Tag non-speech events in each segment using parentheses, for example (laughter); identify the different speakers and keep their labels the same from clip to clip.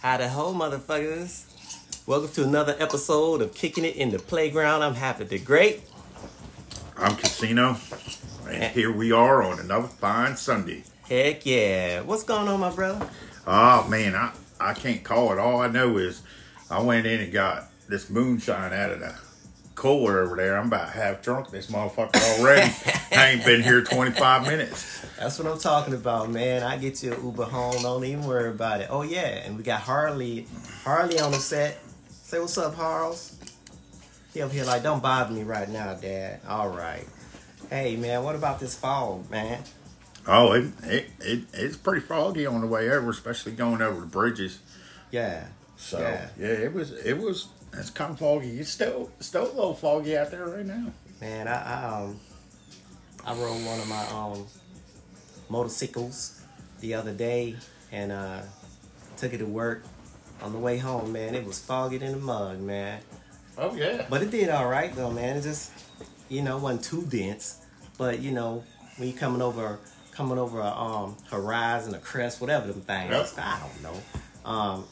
Speaker 1: How the hell, motherfuckers? Welcome to another episode of Kicking It in the Playground. I'm Happy the Great.
Speaker 2: I'm Casino, and here we are on another fine Sunday.
Speaker 1: Heck yeah. What's going on, my brother?
Speaker 2: Oh man, I, I can't call it. All I know is I went in and got this moonshine out of the cooler over there. I'm about half drunk this motherfucker
Speaker 1: (laughs)
Speaker 2: already. I ain't been here 25 minutes.
Speaker 1: That's what I'm talking about, man. I get you an Uber home. Don't even worry about it. Oh yeah, and we got Harley. Harley on the set. Say what's up, Harles. He up here like, don't bother me right now, Dad. All right. Hey man, what about this fog, man?
Speaker 2: Oh, it, it, it it's pretty foggy on the way over, especially going over the bridges.
Speaker 1: Yeah.
Speaker 2: So
Speaker 1: Yeah.
Speaker 2: yeah, it was it was it's kind of foggy. It's still still a little foggy out there right now.
Speaker 1: Man, I, I um I rode one of my um motorcycles the other day and uh took it to work. On the way home, man, it was foggy in the mug, man.
Speaker 2: Oh yeah.
Speaker 1: But it did all right though, man. It just you know wasn't too dense, but you know when you coming over coming over a um, horizon, a crest, whatever them things,
Speaker 2: Yep.
Speaker 1: I don't know. Um,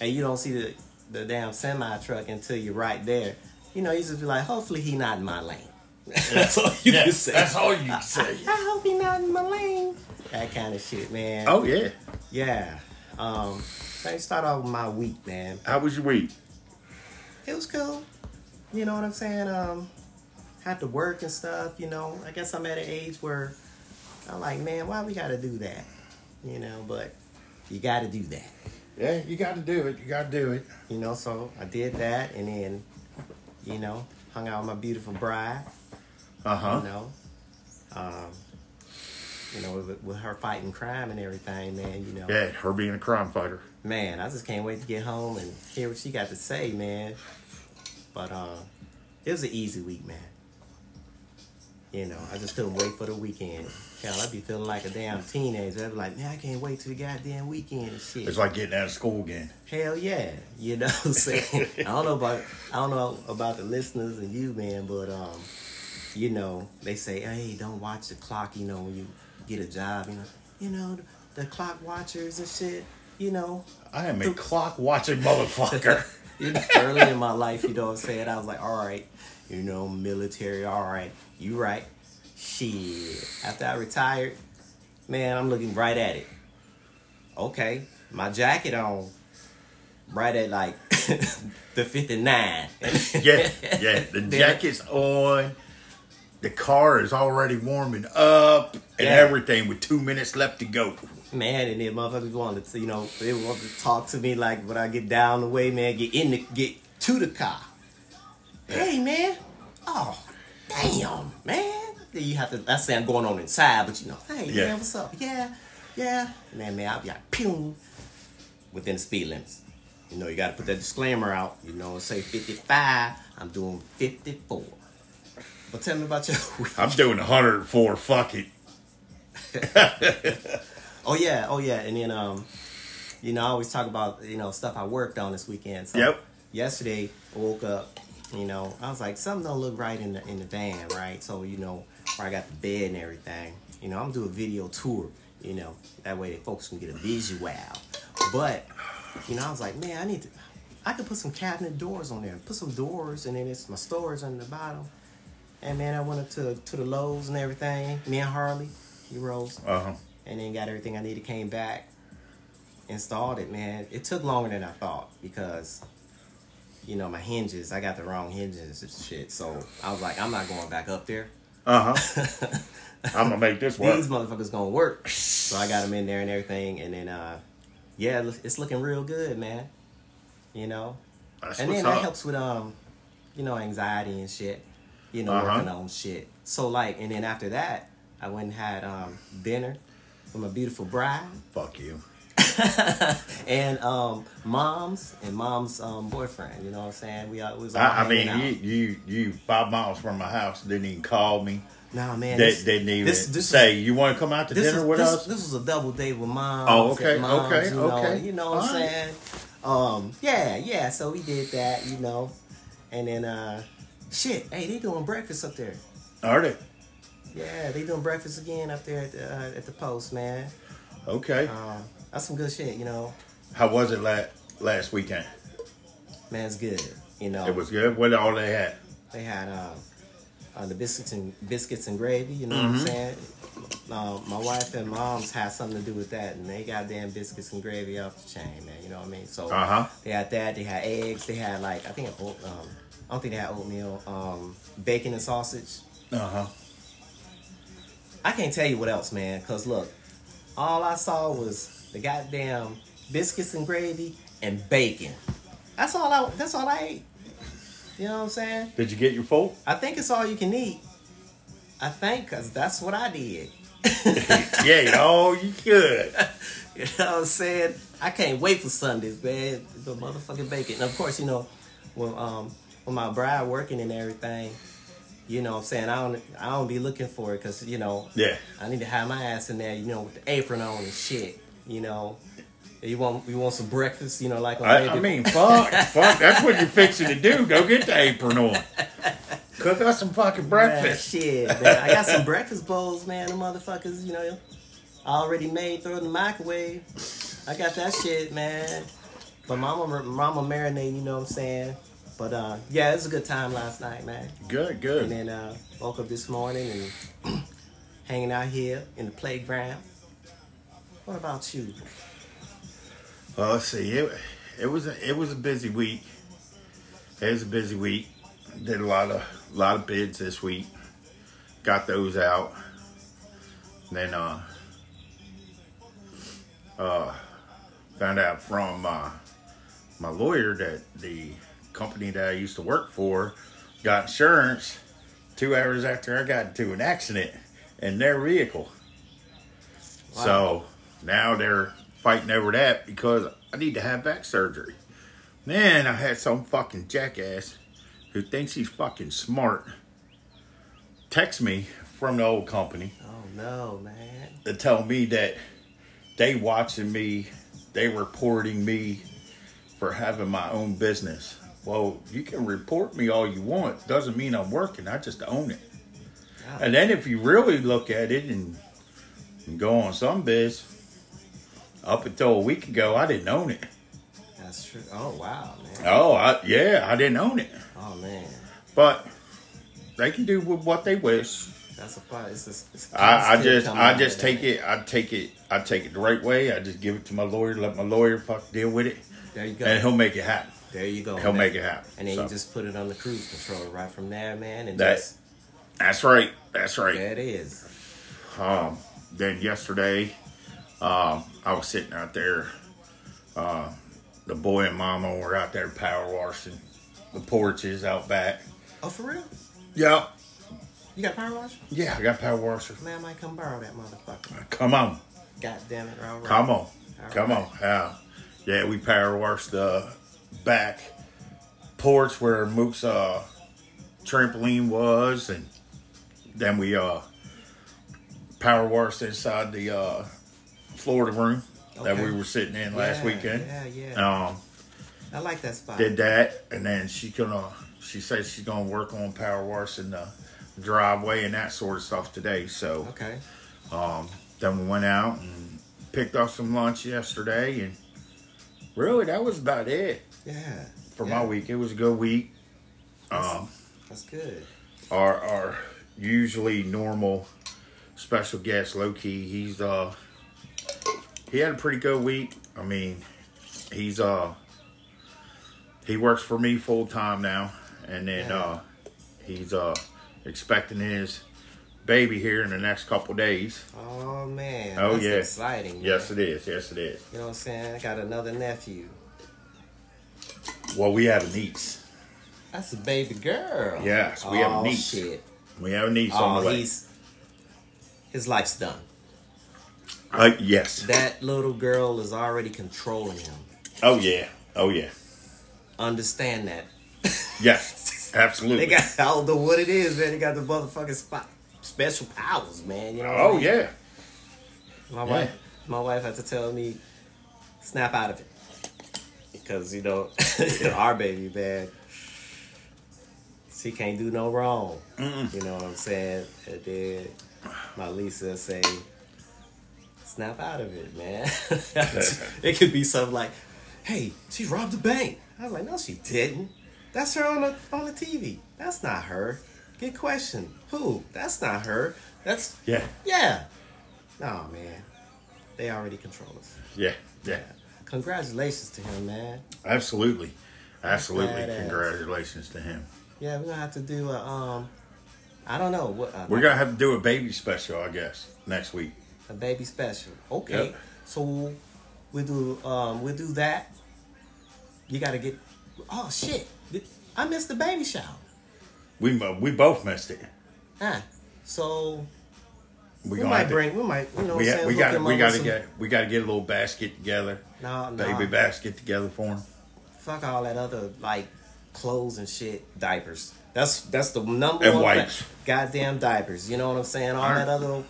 Speaker 1: and you don't see the the damn semi truck until you're right there. You know, you just be like, hopefully he not in my lane. (laughs) that's all you
Speaker 2: Yeah,
Speaker 1: can say.
Speaker 2: that's all you can say.
Speaker 1: (laughs) I hope he not in my lane. That kind of shit, man.
Speaker 2: Oh yeah.
Speaker 1: yeah. Um, let me start off with my week, man.
Speaker 2: How was your week?
Speaker 1: it was cool. You know what I'm saying? Um, had to work and stuff. You know, I guess I'm at an age where I'm like, man, why we gotta do that? You know, but you gotta do that.
Speaker 2: Yeah, you got to do it. You got to do it.
Speaker 1: You know, so I did that, and then, you know, hung out with my beautiful bride.
Speaker 2: Uh huh.
Speaker 1: You know, um, you know, with, with her fighting crime and everything, man. You know,
Speaker 2: Yeah, her being a crime fighter.
Speaker 1: man, I just can't wait to get home and hear what she got to say, man. But uh, it was an easy week, man. You know, I just couldn't wait for the weekend. Hell, I'd be feeling like a damn teenager. I'd be like, man, I can't wait till the goddamn weekend and shit.
Speaker 2: It's like getting out of school again.
Speaker 1: Hell yeah, you know what I'm
Speaker 2: (laughs)
Speaker 1: saying? I don't know about I don't know about the listeners and you, man, but um, you know, they say, hey, don't watch the clock, you know, when you get a job, you know, you know, the, the clock watchers and shit, you know,
Speaker 2: I am a clock watching
Speaker 1: (laughs)
Speaker 2: (laughs) motherfucker.
Speaker 1: you know, early in my life, you know what I'm saying? I was like, all right, you know, military, all right, you right. Shit. After I retired, man, I'm looking right at it. Okay, my jacket on, right at like (laughs) the 59. (laughs)
Speaker 2: yeah, (laughs) yeah. The jacket's on. The car is already warming up and
Speaker 1: Yeah.
Speaker 2: everything with two minutes left to go.
Speaker 1: man, and then motherfuckers wanted to, you know, they wanted to talk to me like when I get down the way, man, get in the, get to the car. Hey, man. Oh, damn, man. Then you have to, I say I'm going on inside, but you know, hey,
Speaker 2: Yeah.
Speaker 1: man, what's up? Yeah, yeah. Man, man, I'll be like, pew, within the speed limits. You know, you got to put that disclaimer out. You know, say 55, I'm doing 54. But tell me about your (laughs) week.
Speaker 2: I'm doing 104. Fuck it.
Speaker 1: Oh yeah, oh yeah, and then um, you know I always talk about you know stuff I worked on this weekend. So
Speaker 2: Yep.
Speaker 1: Yesterday I woke up, you know I was like something don't look right in the in the van, right? So you know where I got the bed and everything. You know I'm gonna do a video tour. You know that way that folks can get a visual. But you know I was like man I need to. I could put some cabinet doors on there. Put some doors, and then it's my storage under the bottom. And man, I went up to to the Lowe's and everything. Me and Harley, he rolls
Speaker 2: Uh huh.
Speaker 1: and then got everything I needed, came back, installed it, man. It took longer than I thought because, you know, my hinges, I got the wrong hinges and shit. So I was like, I'm not going back up there.
Speaker 2: Uh huh. (laughs) I'm gonna make this work.
Speaker 1: These motherfuckers gonna work. So I got them in there and everything. And then, uh, yeah, it loo- it's looking real good, man. You know?
Speaker 2: That's
Speaker 1: And
Speaker 2: what's
Speaker 1: then that
Speaker 2: up.
Speaker 1: helps with, um, you know, anxiety and shit. You know,
Speaker 2: Uh-huh.
Speaker 1: working on shit. So, like, and then after that, I went and had um, dinner with my beautiful bride.
Speaker 2: Fuck you.
Speaker 1: and um, moms and mom's um, boyfriend. You know what I'm saying? We all, we was all
Speaker 2: I, I
Speaker 1: hanging
Speaker 2: mean,
Speaker 1: out.
Speaker 2: you, you, you, five miles from my house, didn't even call me.
Speaker 1: nah, man.
Speaker 2: They,
Speaker 1: this-
Speaker 2: they didn't even
Speaker 1: this, this
Speaker 2: say, You want to come out to
Speaker 1: was, this,
Speaker 2: dinner
Speaker 1: was,
Speaker 2: with
Speaker 1: this,
Speaker 2: us?
Speaker 1: this was a double date with mom.
Speaker 2: Oh, okay,
Speaker 1: moms,
Speaker 2: okay,
Speaker 1: you know,
Speaker 2: okay.
Speaker 1: and You know what I'm
Speaker 2: All right.
Speaker 1: saying? Um, yeah, yeah. So we did that, you know, and then uh, shit. Hey, they doing breakfast up there.
Speaker 2: Are they?
Speaker 1: Yeah, they doing breakfast again up there at the, uh, at the post, man.
Speaker 2: Okay.
Speaker 1: Um, that's some good shit, you know.
Speaker 2: How was it last last weekend?
Speaker 1: Man, it's good. You know,
Speaker 2: It was good. What all they had?
Speaker 1: they had um, uh, the biscuits and biscuits and gravy. You know what I'm saying? Uh, my wife and mom's had something to do with that, and they got damn biscuits and gravy off the chain, man. You know what I mean? So
Speaker 2: Uh-huh.
Speaker 1: they had that. They had eggs. They had like I think a oat, um, I don't think they had oatmeal, um, bacon and sausage.
Speaker 2: Uh
Speaker 1: Uh-huh.
Speaker 2: huh.
Speaker 1: I can't tell you what else, man. Cause look, all I saw was the goddamn biscuits and gravy and bacon. That's all I. That's all I ate. You know what I'm saying?
Speaker 2: Did you get your
Speaker 1: (laughs)
Speaker 2: full?
Speaker 1: I think it's all you can eat. I think, cause that's what I did. (laughs)
Speaker 2: yeah, oh, you good.
Speaker 1: You know what I'm saying? I can't wait for Sundays, man. The motherfucking bacon. And of course, you know, when um when my bride working and everything, you know what I'm saying? I don't I don't be looking for it cuz you know,
Speaker 2: Yeah.
Speaker 1: I need to have my ass in there, you know, with the apron on and shit, you know. You want you want some breakfast, you know, like on
Speaker 2: I, I
Speaker 1: Baby-
Speaker 2: mean, fuck, fuck. That's what you're fixing to do. Go get the apron on. Cook us some fucking
Speaker 1: Man,
Speaker 2: breakfast.
Speaker 1: shit, man. I got some breakfast bowls, man. The motherfuckers, you know, already made. Throw it in the microwave. I got that shit, man. But mama, mama marinade. You know what I'm saying? But uh, yeah, it was a good time last night, man.
Speaker 2: Good, good.
Speaker 1: And then uh, woke up this morning and (clears throat) hanging out here in the playground. What about you?
Speaker 2: Well, let's Oh, see. It, it was a, it was a busy week. It was a busy week. Did a lot of lot of bids this week. Got those out. Then uh uh found out from uh, my lawyer that the company that I used to work for got insurance two hours after I got into an accident in their vehicle. So now they're fighting over that because I need to have back surgery. Man, I had some fucking jackass who thinks he's fucking smart text me from the old company
Speaker 1: Oh no, man.
Speaker 2: to tell me that they watching me, they reporting me for having my own business. Well, you can report me all you want. Doesn't mean I'm working. I just own it. And then if you really look at it and, and go on some biz, up until a week ago, I didn't own it.
Speaker 1: That's true. Oh wow, man.
Speaker 2: Oh, I, yeah, I didn't own it.
Speaker 1: Oh man.
Speaker 2: But they can do with what they wish.
Speaker 1: That's a part. It's a, it's a
Speaker 2: I, I just I just take it I take it I take it the right way. I just give it to my lawyer, let my lawyer fuck deal with it.
Speaker 1: There you go.
Speaker 2: And he'll make it happen.
Speaker 1: There you go.
Speaker 2: He'll
Speaker 1: man.
Speaker 2: make it happen.
Speaker 1: And then
Speaker 2: So,
Speaker 1: you just put it on the cruise control right from there, man. And
Speaker 2: That-
Speaker 1: just,
Speaker 2: That's right. That's right.
Speaker 1: there it is.
Speaker 2: Um then yesterday um I was sitting out there, uh the boy and mama were out there power washing the porches out back.
Speaker 1: Oh, for real?
Speaker 2: Yeah.
Speaker 1: You got power washer?
Speaker 2: Yeah, I got power washer.
Speaker 1: Man, I might come borrow that motherfucker.
Speaker 2: Come on.
Speaker 1: God damn it, all right.
Speaker 2: Come on. Come
Speaker 1: right.
Speaker 2: on. Yeah. Yeah, we power washed the back porch where Mook's uh, trampoline was, and then we uh, power washed inside the uh, Florida room that
Speaker 1: Okay.
Speaker 2: we were sitting in last
Speaker 1: Yeah,
Speaker 2: weekend.
Speaker 1: yeah, yeah.
Speaker 2: Um,
Speaker 1: I like that spot.
Speaker 2: did that, and then she gonna she says she's gonna work on power washing the driveway and that sort of stuff today. So
Speaker 1: okay.
Speaker 2: then we went out and picked up some lunch yesterday, and really that was about it
Speaker 1: Yeah.
Speaker 2: for
Speaker 1: yeah.
Speaker 2: my week. It was a good week.
Speaker 1: That's good.
Speaker 2: Our our usually normal special guest, low key, he's uh he had a pretty good week. I mean, he's uh he works for me full time now, and then
Speaker 1: Yeah.
Speaker 2: uh he's uh expecting his baby here in the next couple days.
Speaker 1: Oh, man.
Speaker 2: Oh
Speaker 1: That's
Speaker 2: yeah,
Speaker 1: exciting. man.
Speaker 2: Yes, it is. Yes, it is.
Speaker 1: You know what I'm saying? I got another nephew.
Speaker 2: Well, we have a niece.
Speaker 1: That's a baby girl.
Speaker 2: Yes, we have a
Speaker 1: Oh,
Speaker 2: niece.
Speaker 1: shit.
Speaker 2: We have a niece on
Speaker 1: Oh,
Speaker 2: the way.
Speaker 1: he's, his life's done.
Speaker 2: Uh, yes.
Speaker 1: That little girl is already controlling him.
Speaker 2: Oh yeah. Oh yeah.
Speaker 1: Understand that.
Speaker 2: Yes.
Speaker 1: They
Speaker 2: Absolutely.
Speaker 1: got I don't know what it is, man. They got the motherfucking spot special powers, man. You know. what I
Speaker 2: oh
Speaker 1: mean?
Speaker 2: yeah.
Speaker 1: My
Speaker 2: yeah.
Speaker 1: wife, my wife had to tell me, snap out of it, because you know (laughs) our baby, man. She can't do no wrong. You know what I'm saying? And then my Lisa say, snap out of it, man. (laughs) it could be something like, "Hey, she robbed a bank." I was like, "No, she didn't. That's her on the on the TV. That's not her." Good question. Who? That's not her. That's
Speaker 2: Yeah,
Speaker 1: yeah. No, man. They already control us.
Speaker 2: yeah, yeah.
Speaker 1: Congratulations to him, man.
Speaker 2: Absolutely, absolutely.
Speaker 1: Badass.
Speaker 2: Congratulations to him.
Speaker 1: Yeah, we're gonna have to do a um, I don't know what a,
Speaker 2: We're gonna have to do a baby special, I guess, next week.
Speaker 1: a baby special. Okay,
Speaker 2: Yep.
Speaker 1: so we do um we do that. You gotta get. Oh shit! Did- I missed the baby shower.
Speaker 2: We mu- we both missed it.
Speaker 1: Huh. So
Speaker 2: We,
Speaker 1: we
Speaker 2: gonna
Speaker 1: might
Speaker 2: have to-
Speaker 1: bring. We might. You know.
Speaker 2: We,
Speaker 1: what I'm saying?
Speaker 2: we
Speaker 1: Hook
Speaker 2: got
Speaker 1: him
Speaker 2: we
Speaker 1: up
Speaker 2: got
Speaker 1: with
Speaker 2: to
Speaker 1: some-
Speaker 2: get we got to get a little basket together,
Speaker 1: No, no.
Speaker 2: baby basket together for him.
Speaker 1: Fuck all that other like clothes and shit. Diapers. That's that's the number
Speaker 2: And
Speaker 1: one. thing.
Speaker 2: wipes.
Speaker 1: Goddamn diapers. You know what I'm saying? All
Speaker 2: Alright.
Speaker 1: that other.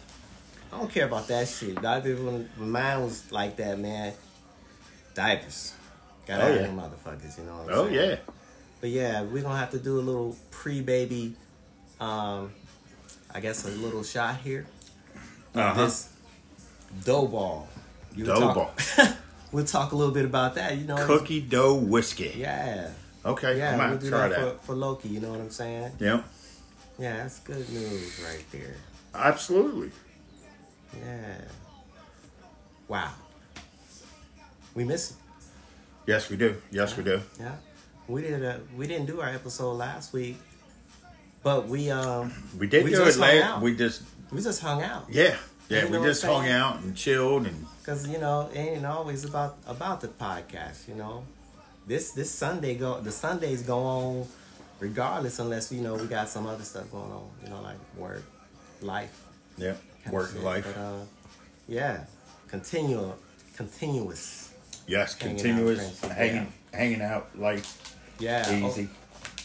Speaker 1: I don't care about that shit. Diapers when mine was like that, man. Diapers. Got
Speaker 2: Oh,
Speaker 1: all
Speaker 2: yeah.
Speaker 1: them motherfuckers. You know. What I'm
Speaker 2: Oh
Speaker 1: saying?
Speaker 2: yeah,
Speaker 1: But yeah, we're gonna have to do a little pre-baby. Um, I guess a little shot here.
Speaker 2: uh huh.
Speaker 1: This dough ball. You
Speaker 2: Dough
Speaker 1: talk-
Speaker 2: ball.
Speaker 1: (laughs) we'll talk a little bit about that. You know. what I'm
Speaker 2: Cookie dough whiskey.
Speaker 1: yeah.
Speaker 2: Okay,
Speaker 1: Yeah,
Speaker 2: I
Speaker 1: we'll
Speaker 2: might
Speaker 1: do
Speaker 2: try
Speaker 1: that,
Speaker 2: that.
Speaker 1: For, for Loki, you know what I'm saying?
Speaker 2: Yep,
Speaker 1: Yeah, that's good news right there.
Speaker 2: absolutely.
Speaker 1: Yeah. Wow. We missed it.
Speaker 2: Yes, we do. Yes, we do.
Speaker 1: Yeah. We did a, we didn't do our episode last week. But we um
Speaker 2: We did
Speaker 1: We
Speaker 2: do it
Speaker 1: just hung
Speaker 2: last.
Speaker 1: out.
Speaker 2: We just
Speaker 1: we just hung out.
Speaker 2: yeah yeah.
Speaker 1: You know
Speaker 2: we
Speaker 1: what
Speaker 2: just
Speaker 1: I'm
Speaker 2: hung
Speaker 1: saying?
Speaker 2: out and chilled and
Speaker 1: Cause you know, it ain't always about about the podcast, you know. This this Sunday go the Sundays go on regardless unless you know we got some other stuff going on, you know, like work, life,
Speaker 2: yeah
Speaker 1: kind of
Speaker 2: work
Speaker 1: shit,
Speaker 2: life.
Speaker 1: But, uh, yeah, continual, continuous.
Speaker 2: yes,
Speaker 1: hanging out,
Speaker 2: continuous
Speaker 1: friends, yeah.
Speaker 2: hanging hanging out life
Speaker 1: Yeah, oh,
Speaker 2: easy.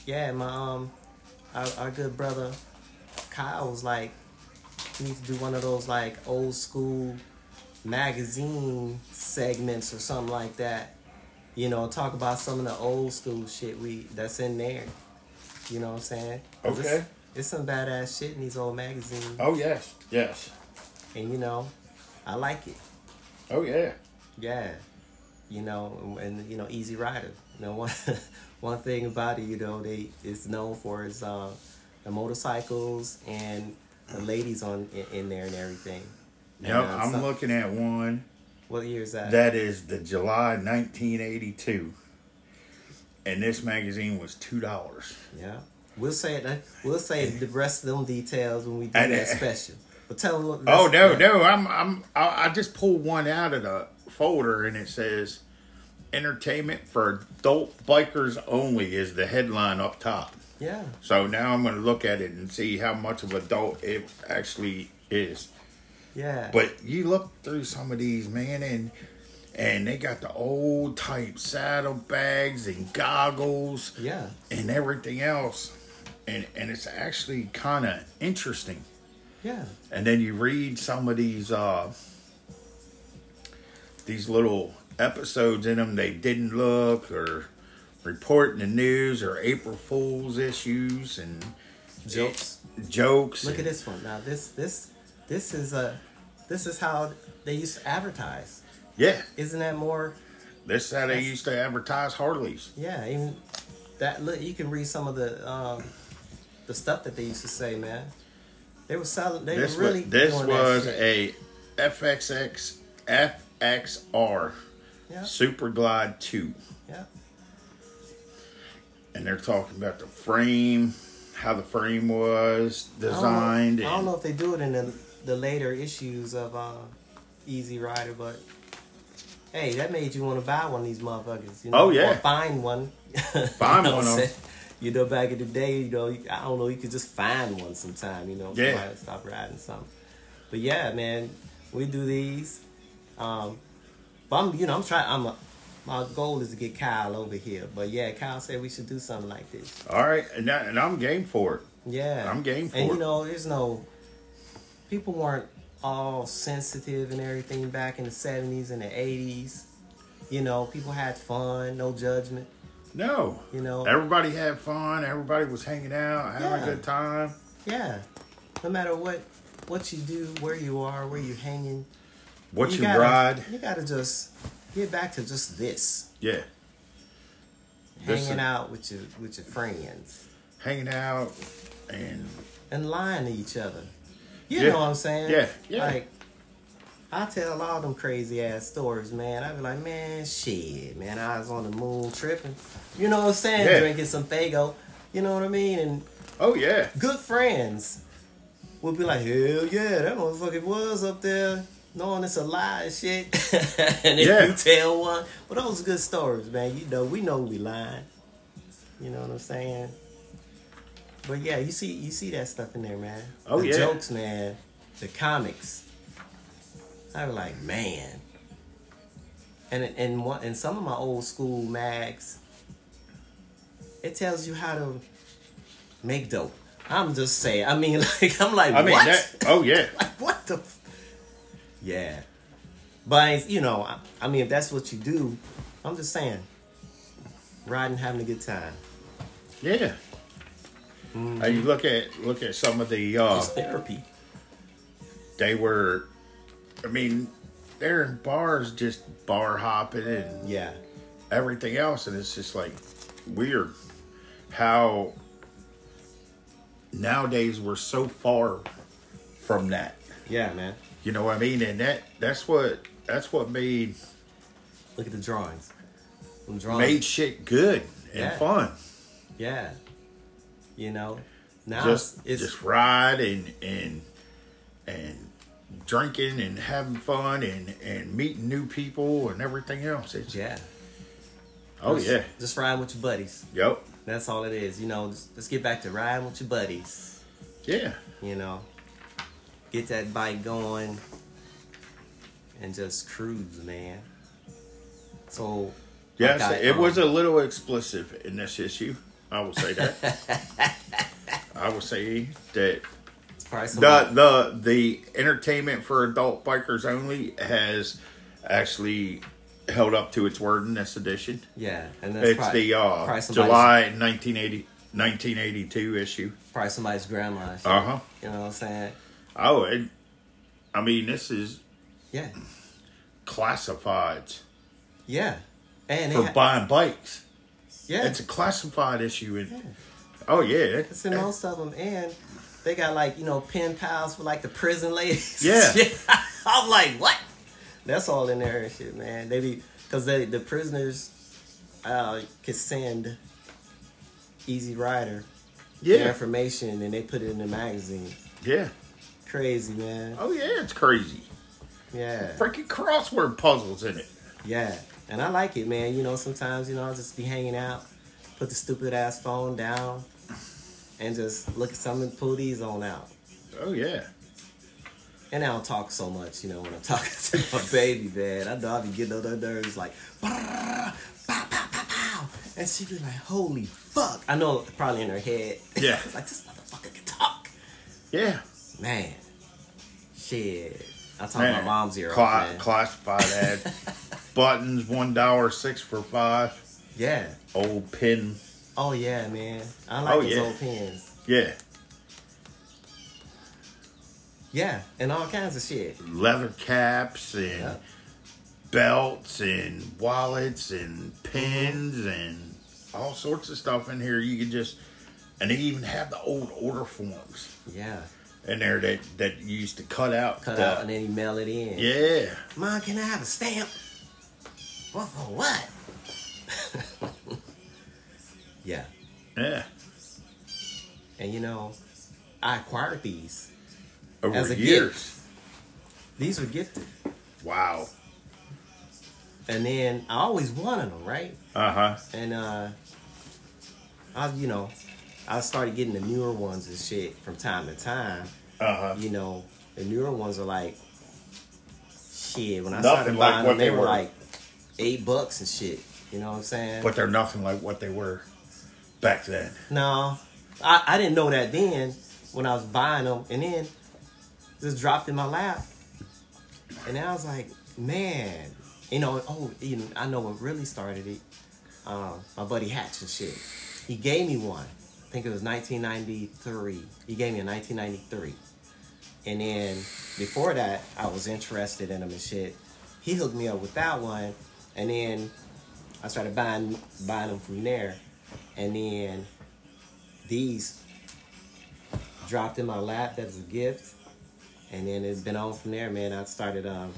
Speaker 1: yeah, my um, our, our good brother Kyle was like, we need to do one of those like old school magazine segments or something like that. You know, talk about some of the old school shit we that's in there. You know what I'm saying? 'Cause it's-
Speaker 2: Okay.
Speaker 1: It's some badass shit in these old magazines,
Speaker 2: Oh yes, yes.
Speaker 1: and you know, I like it.
Speaker 2: Oh yeah.
Speaker 1: Yeah, you know, and you know, Easy Rider. You know, (laughs) one one thing about it, you know, they is known for is uh, the motorcycles and the ladies on in, in there and everything. And,
Speaker 2: Yep,
Speaker 1: uh,
Speaker 2: I'm
Speaker 1: so-
Speaker 2: looking at one
Speaker 1: What year is that?
Speaker 2: that is the July 1982, and this magazine was two dollars.
Speaker 1: Yeah, we'll say it. We'll say the rest of them details when we do
Speaker 2: And, (laughs)
Speaker 1: that
Speaker 2: uh,
Speaker 1: special. But tell them. what-
Speaker 2: Oh no,
Speaker 1: yeah.
Speaker 2: no, I'm I'm I, I just pulled one out of the folder and it says "Entertainment for Adult Bikers Only" is the headline up top.
Speaker 1: Yeah,
Speaker 2: So now I'm going to look at it and see how much of adult it actually is.
Speaker 1: yeah.
Speaker 2: But you look through some of these, man, and and they got the old type saddlebags and goggles
Speaker 1: yeah,
Speaker 2: and everything else. And and it's actually kind of interesting.
Speaker 1: yeah,
Speaker 2: And then you read some of these uh these little episodes in them they didn't look or reporting the news or April Fools issues and
Speaker 1: jokes.
Speaker 2: jokes.
Speaker 1: Look at
Speaker 2: and-
Speaker 1: this one. Now this this this is a this is how they used to advertise.
Speaker 2: Yeah,
Speaker 1: Isn't that more
Speaker 2: this is how they used to advertise Harleys.
Speaker 1: Yeah, even that look you can read some of the um, the stuff that they used to say, man. They were selling. They
Speaker 2: This
Speaker 1: were really
Speaker 2: was this
Speaker 1: doing
Speaker 2: was
Speaker 1: that shit.
Speaker 2: a FXX FXR
Speaker 1: yeah,
Speaker 2: Super Glide two,
Speaker 1: yeah,
Speaker 2: and they're talking about the frame, how the frame was
Speaker 1: I don't know-
Speaker 2: designed.
Speaker 1: I don't know, if
Speaker 2: and-
Speaker 1: they do it in the the later issues of uh, Easy Rider, but hey, that made you want to buy one of these motherfuckers. You know?
Speaker 2: Oh, yeah.
Speaker 1: or find one. (laughs)
Speaker 2: Find
Speaker 1: what
Speaker 2: one
Speaker 1: I'm
Speaker 2: of 'em.
Speaker 1: saying? You know, back in the day, you know, I don't know, you could just find one sometime. You know,
Speaker 2: Yeah.
Speaker 1: somebody would stop riding something. But yeah, man, we do these. Um, but I'm, you know, I'm trying. I'm a, my goal is to get Kyle over here. But yeah, Kyle said we should do something like this.
Speaker 2: All right, and, that, and I'm game for it.
Speaker 1: Yeah.
Speaker 2: I'm game for
Speaker 1: And
Speaker 2: it.
Speaker 1: you know, there's no people weren't all sensitive and everything back in the seventies and the eighties. You know, people had fun, no judgment.
Speaker 2: No,
Speaker 1: You know.
Speaker 2: everybody had fun. Everybody was hanging out, having
Speaker 1: Yeah.
Speaker 2: a good time.
Speaker 1: Yeah. No matter what what you do, where you are, where you hanging,
Speaker 2: What you,
Speaker 1: gotta,
Speaker 2: ride?
Speaker 1: You gotta just get back to just this.
Speaker 2: Yeah. This
Speaker 1: Hanging
Speaker 2: is-
Speaker 1: out with your with your friends
Speaker 2: Hanging out and
Speaker 1: and lying to each other. You
Speaker 2: Yeah.
Speaker 1: know what I'm saying?
Speaker 2: Yeah, yeah.
Speaker 1: Like I tell all them crazy ass stories, man. I be like, man, shit, man. I was on the moon tripping. You know what I'm saying?
Speaker 2: Yeah.
Speaker 1: Drinking some Fago. You know what I mean? And
Speaker 2: oh yeah.
Speaker 1: good friends would be like, hell yeah, that motherfucker was up there knowing it's a lie and shit. (laughs) and if
Speaker 2: Yeah.
Speaker 1: you tell one, well, those good stories, man. You know, we know we lying. You know what I'm saying? But yeah, you see, you see that stuff in there, man.
Speaker 2: Oh,
Speaker 1: the
Speaker 2: yeah.
Speaker 1: jokes, man. The comics. I was like, man. And and one and some of my old school mags, it tells you how to make dope. I'm just saying. I mean, (laughs) like I'm like,
Speaker 2: I mean
Speaker 1: what?
Speaker 2: that. Oh yeah.
Speaker 1: (laughs) like what the? F- yeah, but you know, I, I mean, if that's what you do, I'm just saying, riding, having a good time.
Speaker 2: Yeah. And you look at look at some of the uh,
Speaker 1: It's therapy.
Speaker 2: they were, I mean, they're in bars just bar hopping and
Speaker 1: Yeah,
Speaker 2: everything else, and it's just like weird how nowadays we're so far from that.
Speaker 1: yeah, man.
Speaker 2: You know what I mean? And that that's what that's what made
Speaker 1: Look at the drawings. Them drawings.
Speaker 2: made shit good and
Speaker 1: Yeah.
Speaker 2: fun.
Speaker 1: Yeah, you know. Now
Speaker 2: just
Speaker 1: Ah, it's,
Speaker 2: just ride and and and drinking and having fun and and meeting new people and everything else. It's,
Speaker 1: yeah.
Speaker 2: Oh
Speaker 1: Just-
Speaker 2: yeah.
Speaker 1: Just riding with your buddies.
Speaker 2: Yep.
Speaker 1: That's all it is. You know, just, just get back to riding with your buddies.
Speaker 2: Yeah.
Speaker 1: you know, get that bike going and just cruise, man. So,
Speaker 2: Yes,
Speaker 1: like I,
Speaker 2: it
Speaker 1: um,
Speaker 2: was a little explicit in this issue. I will say that.
Speaker 1: (laughs)
Speaker 2: I will say that
Speaker 1: probably some-
Speaker 2: the the the entertainment for adult bikers only has actually held up to its word in this edition.
Speaker 1: yeah, and that's
Speaker 2: It's
Speaker 1: probably,
Speaker 2: the uh,
Speaker 1: probably somebody's,
Speaker 2: July 1980, 1982 issue.
Speaker 1: probably somebody's grandma. and shit.
Speaker 2: Uh huh.
Speaker 1: You know what I'm saying?
Speaker 2: Oh, it, I mean, this is
Speaker 1: Yeah,
Speaker 2: classified
Speaker 1: yeah, and
Speaker 2: for
Speaker 1: it, ha-
Speaker 2: buying bikes.
Speaker 1: yeah,
Speaker 2: It's a classified issue. And, Oh, yeah. it-
Speaker 1: it's in most of them, and they got like you know pen pals for like the prison ladies.
Speaker 2: Yeah.
Speaker 1: (laughs) I'm like, what? That's all in there and shit, man. They be because they the prisoners uh, can send Easy Rider their
Speaker 2: yeah.
Speaker 1: information and they put it in the magazine.
Speaker 2: Yeah.
Speaker 1: Crazy, man.
Speaker 2: Oh, yeah. It's crazy.
Speaker 1: Yeah,
Speaker 2: Freaking crossword puzzles in it.
Speaker 1: yeah, and I like it, man. You know, sometimes you know I'll just be hanging out, put the stupid ass phone down, and just look at something, pull these on out.
Speaker 2: Oh, yeah.
Speaker 1: And I don't talk so much, you know, when I'm talking (laughs) to my baby, man. I know I be getting on her nerves, like, "Brrr, pow, pow, pow, pow." And she be like, holy fuck. I know it's probably in her head.
Speaker 2: Yeah.
Speaker 1: it's (laughs) like, this motherfucker can talk.
Speaker 2: Yeah.
Speaker 1: Man. Shit. I talk
Speaker 2: Man.
Speaker 1: Oh, my mom's ear
Speaker 2: Cla-
Speaker 1: off, man. (laughs)
Speaker 2: Classified ad. Buttons, $1, 6 for 5
Speaker 1: Yeah.
Speaker 2: Old pin.
Speaker 1: Oh, yeah, man. I like
Speaker 2: Oh,
Speaker 1: those
Speaker 2: yeah.
Speaker 1: old pins.
Speaker 2: Yeah.
Speaker 1: Yeah, and all kinds of shit.
Speaker 2: leather caps and
Speaker 1: Yeah.
Speaker 2: belts and wallets and pins and all sorts of stuff in here. You can just and they even have the old order forms
Speaker 1: Yeah.
Speaker 2: in there that that you used to cut out.
Speaker 1: Cut
Speaker 2: the-
Speaker 1: out and then you mail it in.
Speaker 2: yeah,
Speaker 1: Mom, can I have a stamp? What for what? (laughs) yeah.
Speaker 2: yeah.
Speaker 1: And you know, I acquired these.
Speaker 2: Over
Speaker 1: As a
Speaker 2: years.
Speaker 1: These were gifted.
Speaker 2: Wow.
Speaker 1: And then I always wanted them, right?
Speaker 2: Uh huh.
Speaker 1: And uh I you know, I started getting the newer ones and shit from time to time.
Speaker 2: Uh huh.
Speaker 1: You know, the newer ones are like shit, when I
Speaker 2: Nothing
Speaker 1: started
Speaker 2: like
Speaker 1: buying
Speaker 2: what
Speaker 1: them, they
Speaker 2: they
Speaker 1: were
Speaker 2: were.
Speaker 1: like eight bucks and shit. You know what I'm saying?
Speaker 2: But they're nothing like what they were back then.
Speaker 1: No, I, I didn't know that then when I was buying them, and then just dropped in my lap, and I was like, man, you know, oh, you know, I know what really started it. Um, my buddy Hatch and shit. He gave me one. I think it was 1993. He gave me a 1993, And then before that, I was interested in them and shit. He hooked me up with that one, and then I started buying buying them from there. And then these dropped in my lap as a gift, and then it's been on from there, man. I started um,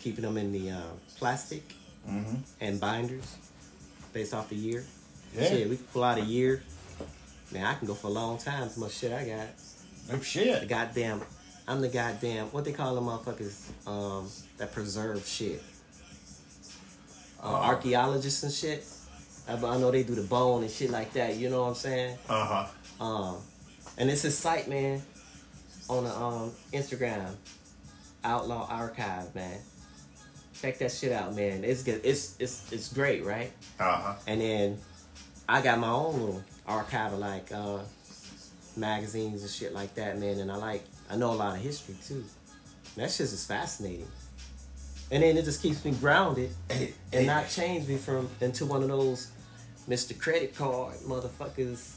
Speaker 1: keeping them in the um, plastic and binders based off the year.
Speaker 2: Yeah.
Speaker 1: Shit, we can pull out a year. Man, I can go for a long time. As much shit I got.
Speaker 2: No
Speaker 1: The
Speaker 2: shit.
Speaker 1: goddamn, I'm the goddamn. What they call them motherfuckers um, that preserve shit. Uh, archaeologists and shit. I, I know they do the bone and shit like that. You know what I'm saying?
Speaker 2: Uh huh.
Speaker 1: Um, and it's his site, man, on the um, Instagram, Outlaw Archive, man. Check that shit out, man. It's good. It's it's it's great, right?
Speaker 2: Uh huh.
Speaker 1: And then I got my own little archive of like uh, magazines and shit like that, man. And I like I know a lot of history too. And that shit is fascinating. And then it just keeps me grounded and not change me from into one of those Mr. Credit Card motherfuckers.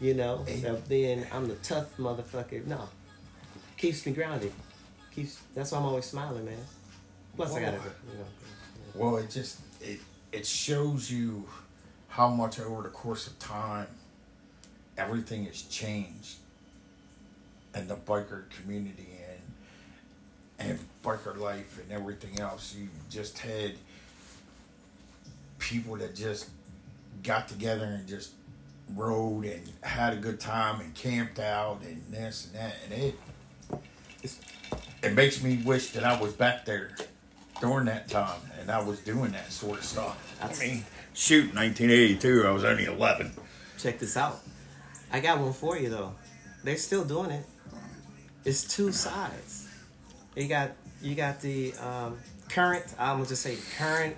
Speaker 1: You know, that then I'm the tough motherfucker. No, keeps me grounded. Keeps. That's why I'm always smiling, man. Plus, I gotta. You know,
Speaker 2: Well, it just it it shows you how much over the course of time everything has changed in the biker community and and biker life and everything else. You just had people that just got together and just rode and had a good time and camped out and this and that and it it's, it makes me wish that I was back there during that time and I was doing that sort of stuff. I mean, shoot, 1982, I was only 11.
Speaker 1: Check this out. I got one for you though. They're still doing it. It's two sides. You got you got the um, current. I'm gonna just say current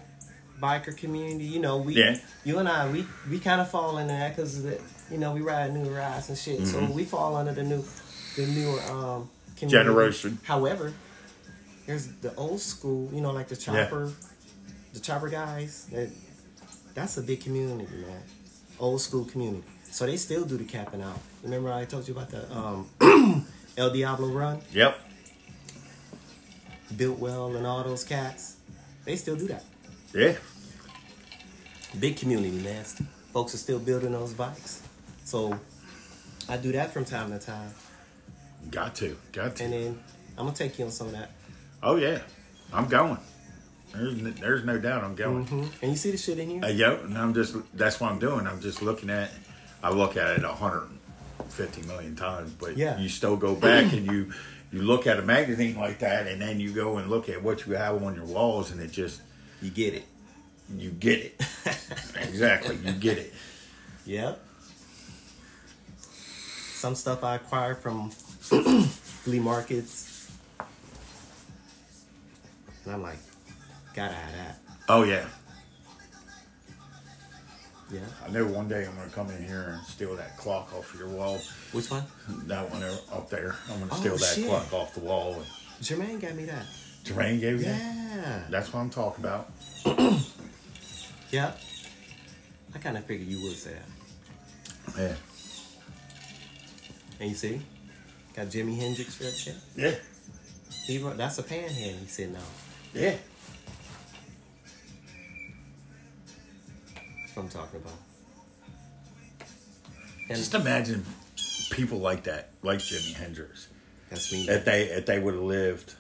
Speaker 1: biker community. You know we
Speaker 2: Yeah.
Speaker 1: you and I we we kind of fall into that because you know we ride new rides and shit.
Speaker 2: Mm-hmm.
Speaker 1: So we fall under the new the newer um, community.
Speaker 2: Generation.
Speaker 1: However, there's the old school. You know like the chopper, the chopper guys. That that's a big community, man. Old school community. So they still do the capping out. Remember I told you about the um, (clears throat) El Diablo run,
Speaker 2: Yep.
Speaker 1: Builtwell, and all those cats. They still do that.
Speaker 2: Yeah.
Speaker 1: Big community, man. Folks are still building those bikes. So I do that from time to time,
Speaker 2: Got to. Got to.
Speaker 1: and then I'm gonna take you on some of that.
Speaker 2: oh, yeah. I'm going. There's, n- there's no doubt I'm going.
Speaker 1: And you see the shit in here?
Speaker 2: Uh, yep. And I'm just, that's what I'm doing. I'm just looking at, I look at it 150 million times, but
Speaker 1: Yeah.
Speaker 2: you still
Speaker 1: (clears throat)
Speaker 2: go back and you, you look at a magazine like that and then you go and look at what you have on your walls and it just,
Speaker 1: You get it.
Speaker 2: you get
Speaker 1: (laughs)
Speaker 2: it. exactly. You get it.
Speaker 1: Yep. Some stuff I acquired from (clears throat) flea markets. And I'm like, gotta have that.
Speaker 2: Oh, yeah.
Speaker 1: Yeah.
Speaker 2: I know one day I'm gonna come in here and steal that clock off your wall.
Speaker 1: Which one?
Speaker 2: That one o- up there. I'm gonna
Speaker 1: Oh,
Speaker 2: steal that
Speaker 1: shit.
Speaker 2: clock off the wall. And
Speaker 1: Jermaine got me that.
Speaker 2: Jermaine gave you that.
Speaker 1: Yeah.
Speaker 2: That's what I'm talking about.
Speaker 1: Yep. I kind of figured you would say that.
Speaker 2: Yeah.
Speaker 1: And you see? Got Jimi Hendrix for that shit.
Speaker 2: Yeah.
Speaker 1: He wrote, that's a panhead he's sitting on.
Speaker 2: Yeah.
Speaker 1: That's what I'm talking about. And
Speaker 2: Just imagine people like that, like Jimi Hendrix,
Speaker 1: that's me.
Speaker 2: if they if they would have lived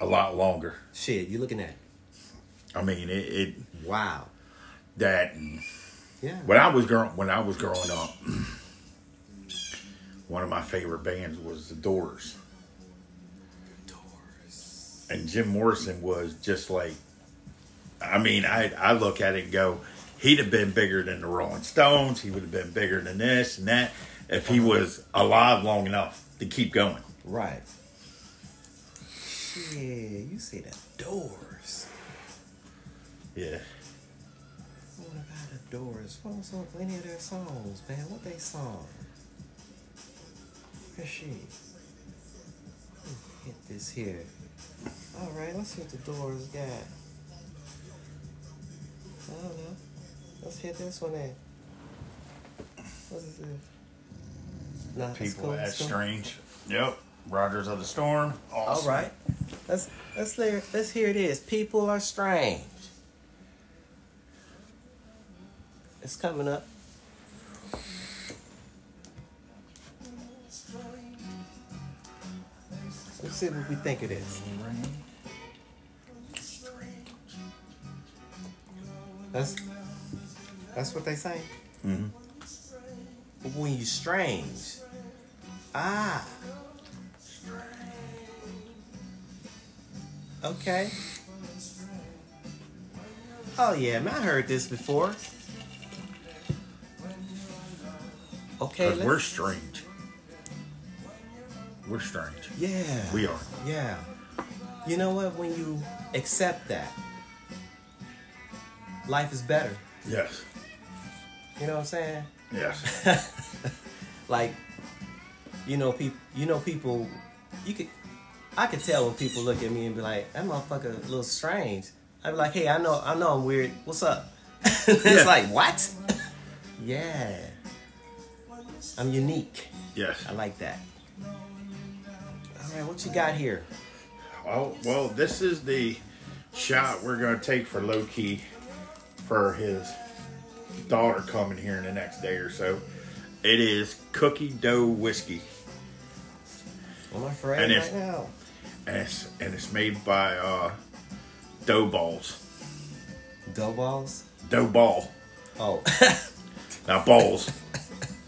Speaker 2: a lot longer.
Speaker 1: shit, you looking at.
Speaker 2: I mean, it, it
Speaker 1: Wow.
Speaker 2: that and
Speaker 1: Yeah.
Speaker 2: when I was growing when I was growing up, (clears throat) one of my favorite bands was The Doors. and Jim Morrison was just like, I mean, I I look at it and go, he'd have been bigger than the Rolling Stones. He would have been bigger than this and that if he was alive long enough to keep going.
Speaker 1: Right. Shit, you see the doors.
Speaker 2: Yeah,
Speaker 1: What about Oh the doors? What was on any of their songs, man? What they song? Where's she? Hit this here. Alright, let's see what the doors got. I don't know. Let's hit this one then. What is this? Nah, that's
Speaker 2: people
Speaker 1: cool, that's
Speaker 2: that's
Speaker 1: cool.
Speaker 2: strange. Yep, Rogers of the Storm.
Speaker 1: All
Speaker 2: Awesome.
Speaker 1: right. Let's let's hear let's hear it is. People are strange. It's coming up. Let's see what we think it is. That's that's what they say.
Speaker 2: Mhm.
Speaker 1: But when you strange, ah, okay. Oh yeah, man, I heard this before. Okay,
Speaker 2: Because
Speaker 1: let's-
Speaker 2: we're strange. We're strange.
Speaker 1: yeah,
Speaker 2: We are.
Speaker 1: yeah. You know what? When you accept that, life is better.
Speaker 2: Yes.
Speaker 1: You know what I'm saying?
Speaker 2: (laughs) Yes.
Speaker 1: like you know people you know people you could i could tell when people look at me and be like that motherfucker a little strange i'd be like hey i know i know i'm weird what's up (laughs) it's
Speaker 2: Yeah.
Speaker 1: like what (laughs) yeah i'm unique
Speaker 2: yes.
Speaker 1: i like that all right what you got here
Speaker 2: Oh well, this is the shot we're gonna take for Loki for his daughter coming here in the next day or so. It is cookie dough whiskey,
Speaker 1: am i afraid
Speaker 2: And
Speaker 1: right
Speaker 2: if-
Speaker 1: now
Speaker 2: and it's, and it's made by uh, dough balls,
Speaker 1: dough balls
Speaker 2: dough ball,
Speaker 1: oh (laughs)
Speaker 2: not balls.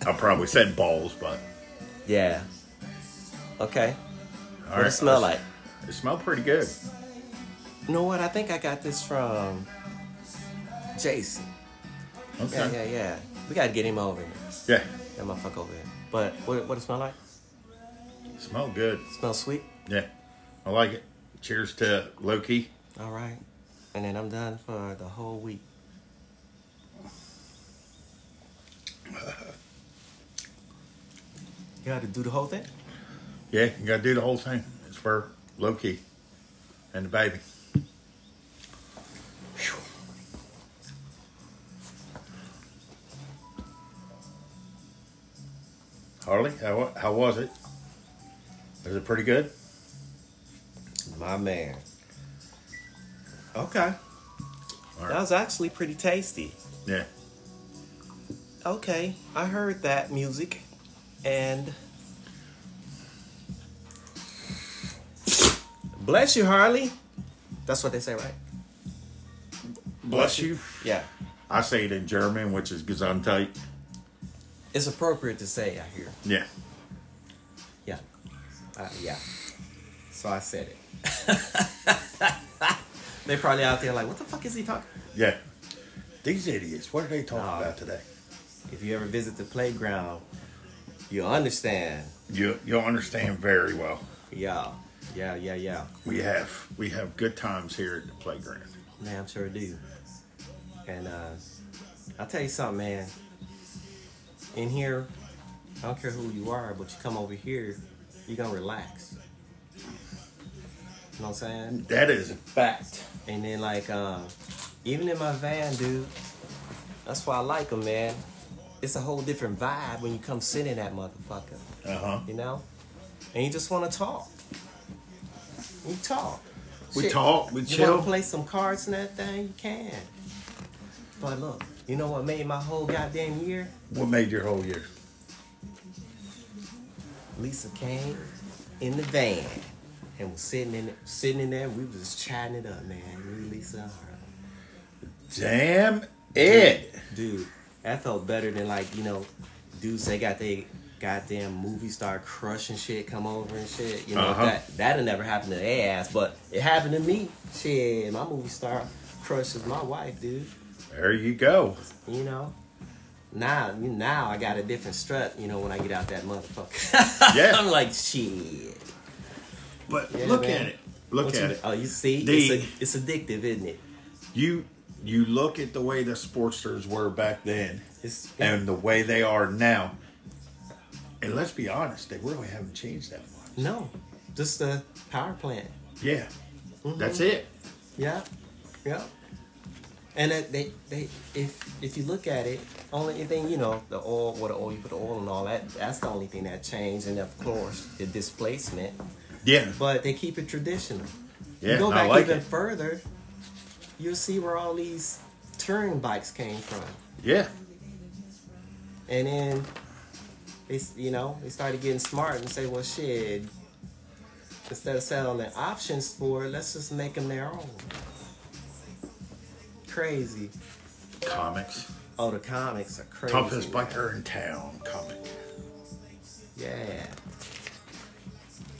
Speaker 2: I probably said balls, but
Speaker 1: yeah okay
Speaker 2: all
Speaker 1: what
Speaker 2: right,
Speaker 1: it smell
Speaker 2: let's-
Speaker 1: like
Speaker 2: It smelled pretty good.
Speaker 1: you know what i think i got this from jason
Speaker 2: Okay.
Speaker 1: Yeah, yeah, yeah. We gotta get him over here.
Speaker 2: Yeah,
Speaker 1: That motherfucker over here. But what what it smell like?
Speaker 2: it smelled good.
Speaker 1: Smell sweet.
Speaker 2: Yeah, I like it. Cheers to Loki.
Speaker 1: All right. And then I'm done for the whole week. (laughs) You gotta do the whole thing.
Speaker 2: Yeah, you gotta do the whole thing. It's for Loki and the baby. Phew. Harley, how wa- how was it? Was it pretty good?
Speaker 1: My man. Okay.
Speaker 2: All
Speaker 1: That was actually pretty tasty.
Speaker 2: Yeah,
Speaker 1: Okay, I heard that music, and bless you, Harley. That's what they say, right?
Speaker 2: bless you.
Speaker 1: Yeah.
Speaker 2: I say it in German, which is Gesundheit.
Speaker 1: It's appropriate to say, I hear.
Speaker 2: Yeah,
Speaker 1: Yeah. Uh, yeah. So I said it. (laughs) they probably out there like, what the fuck is he talking?
Speaker 2: yeah. These idiots. What are they talking
Speaker 1: Nah.
Speaker 2: about today?
Speaker 1: If you ever visit the playground, you'll understand.
Speaker 2: You you'll understand very well.
Speaker 1: Yeah. Yeah, yeah, yeah.
Speaker 2: We have we have good times here at the playground.
Speaker 1: Man, I'm sure I do. And uh, I'll tell you something, man. In here, I don't care who you are, but you come over here, you're going to relax. You know what I'm saying?
Speaker 2: That is a fact.
Speaker 1: And then, like, um, even in my van, dude, that's why I like them, man. It's a whole different vibe when you come sit in that motherfucker,
Speaker 2: Uh huh.
Speaker 1: you know? And you just want to talk. You talk.
Speaker 2: We
Speaker 1: Shit.
Speaker 2: talk, we
Speaker 1: You want
Speaker 2: chill.
Speaker 1: to play some cards and that thing? You can. But look, you know what made my whole goddamn year?
Speaker 2: What made your whole year?
Speaker 1: Lisa came in the van and was sitting in sitting in there. We was just chatting it up, man. Me, Lisa, and her.
Speaker 2: Damn it!
Speaker 1: Dude, that felt better than like you know, dudes they got they goddamn movie star crush and shit come over and shit. You know
Speaker 2: Uh-huh.
Speaker 1: that that'll never happen to their ass, but it happened to me. Shit, my movie star crush is my wife, dude.
Speaker 2: There you go.
Speaker 1: You know. Now, now I got a different strut. You know when I get out that motherfucker. (laughs)
Speaker 2: Yeah.
Speaker 1: I'm like shit.
Speaker 2: But
Speaker 1: Yeah,
Speaker 2: look
Speaker 1: man.
Speaker 2: at it. Look
Speaker 1: What you-
Speaker 2: at it.
Speaker 1: Oh, you see,
Speaker 2: The-
Speaker 1: it's a, it's addictive, isn't it?
Speaker 2: You you look at the way the sportsters were back then
Speaker 1: It's
Speaker 2: and the way they are now. And let's be honest, they really haven't changed that much.
Speaker 1: no, just a power plant.
Speaker 2: Yeah. That's it.
Speaker 1: Yeah, yeah. And that they, they if if you look at it, only thing you know the oil, what the oil you put the oil and all that. That's the only thing that changed, and of course the displacement.
Speaker 2: Yeah,
Speaker 1: But they keep it traditional.
Speaker 2: yeah,
Speaker 1: you go
Speaker 2: and
Speaker 1: back
Speaker 2: I like
Speaker 1: even
Speaker 2: it.
Speaker 1: further, you'll see where all these touring bikes came from,
Speaker 2: Yeah,
Speaker 1: and then they s- you know they started getting smart and say, well, shit. Instead of selling the options for it, let's just make them their own. Crazy.
Speaker 2: comics.
Speaker 1: Oh, the comics are crazy.
Speaker 2: Toughest
Speaker 1: man.
Speaker 2: biker in town comic.
Speaker 1: Yeah.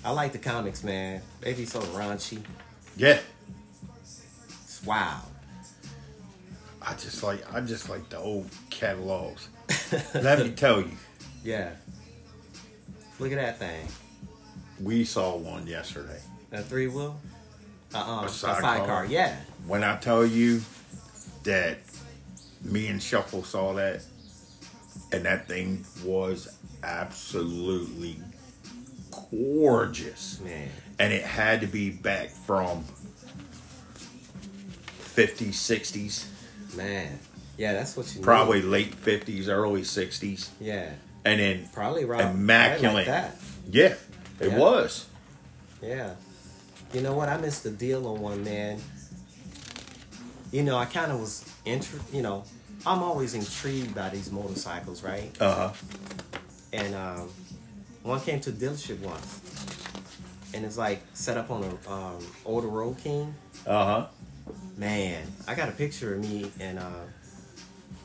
Speaker 1: I like the comics, man. They be so raunchy.
Speaker 2: Yeah,
Speaker 1: It's wild.
Speaker 2: I just like I just like the old
Speaker 1: (laughs)
Speaker 2: catalogs. Let me tell you,
Speaker 1: Yeah. Look at that thing.
Speaker 2: we saw one yesterday.
Speaker 1: That three wheel. Uh uh A
Speaker 2: sidecar.
Speaker 1: sidecar. Yeah.
Speaker 2: When I tell you that me and Shuffle saw that, and that thing was absolutely gorgeous.
Speaker 1: Man.
Speaker 2: and it had to be back from 50s 60s
Speaker 1: Man. Yeah, that's what you need.
Speaker 2: probably late 50s early 60s
Speaker 1: Yeah.
Speaker 2: and then
Speaker 1: Probably right. Like
Speaker 2: Immaculate.
Speaker 1: that.
Speaker 2: yeah it
Speaker 1: Yeah.
Speaker 2: was
Speaker 1: Yeah. You know what? I missed the deal on one, man. You know, I kind of was, intri- you know, I'm always intrigued by these motorcycles, right?
Speaker 2: uh-huh
Speaker 1: and um, one came to the dealership once, and it's like set up on a um, older Road King.
Speaker 2: uh-huh
Speaker 1: Man, I got a picture of me and uh,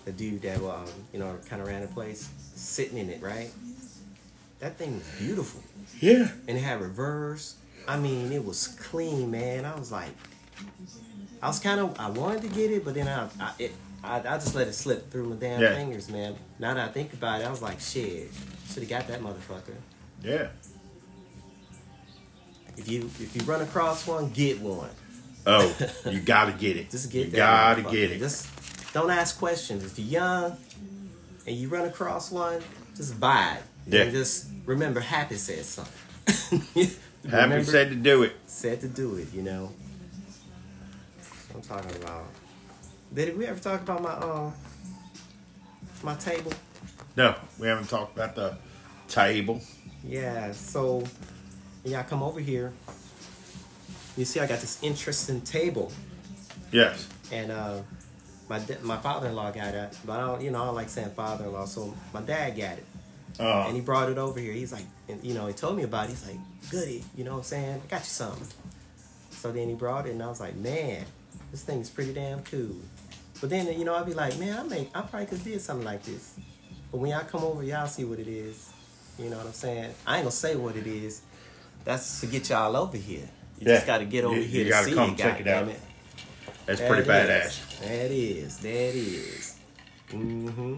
Speaker 1: the dude that um, you know kind of ran the place sitting in it, right? That thing was beautiful,
Speaker 2: yeah
Speaker 1: and it had reverse. I mean, it was clean, man. I was like, I was kind of, I wanted to get it, but then I, I, it, I, I just let it slip through my damn
Speaker 2: Yeah.
Speaker 1: fingers, man. Now that I think about it, I was like, shit, should have got that motherfucker.
Speaker 2: yeah
Speaker 1: If you if you run across one, get one.
Speaker 2: oh you gotta get
Speaker 1: (laughs)
Speaker 2: it
Speaker 1: Just get
Speaker 2: you
Speaker 1: that.
Speaker 2: gotta
Speaker 1: motherfucker.
Speaker 2: get it
Speaker 1: Just don't ask questions. If you're young and you run across one, just buy it.
Speaker 2: Yeah.
Speaker 1: And just remember, Happy said something. (laughs)
Speaker 2: happy
Speaker 1: Remember,
Speaker 2: said to do it
Speaker 1: said to do it. You know. I'm talking about. Did we ever talk about my uh my table?
Speaker 2: no we haven't talked about the table
Speaker 1: Yeah. So yeah, I come over here. You see, I got this interesting table.
Speaker 2: yes
Speaker 1: and uh, my da- my father in law got it, but I don't, you know I don't like saying father in law, so my dad got it,
Speaker 2: uh
Speaker 1: and he brought it over here. He's like, and you know, he told me about it. He's like, goody, you know what I'm saying? I got you something. So then he brought it, and I was like, man, this thing's pretty damn cool. But then you know I'd be like, man, I make I probably could did something like this. But when y'all come over, y'all see what it is. You know what I'm saying? I ain't gonna say what it is. That's to get y'all over here. You just
Speaker 2: Yeah.
Speaker 1: gotta get over
Speaker 2: You-
Speaker 1: here
Speaker 2: you
Speaker 1: to
Speaker 2: gotta
Speaker 1: see
Speaker 2: come
Speaker 1: it.
Speaker 2: check it
Speaker 1: goddamn
Speaker 2: out.
Speaker 1: it.
Speaker 2: that's pretty
Speaker 1: That
Speaker 2: badass
Speaker 1: is. That is. That is. Mm-hmm.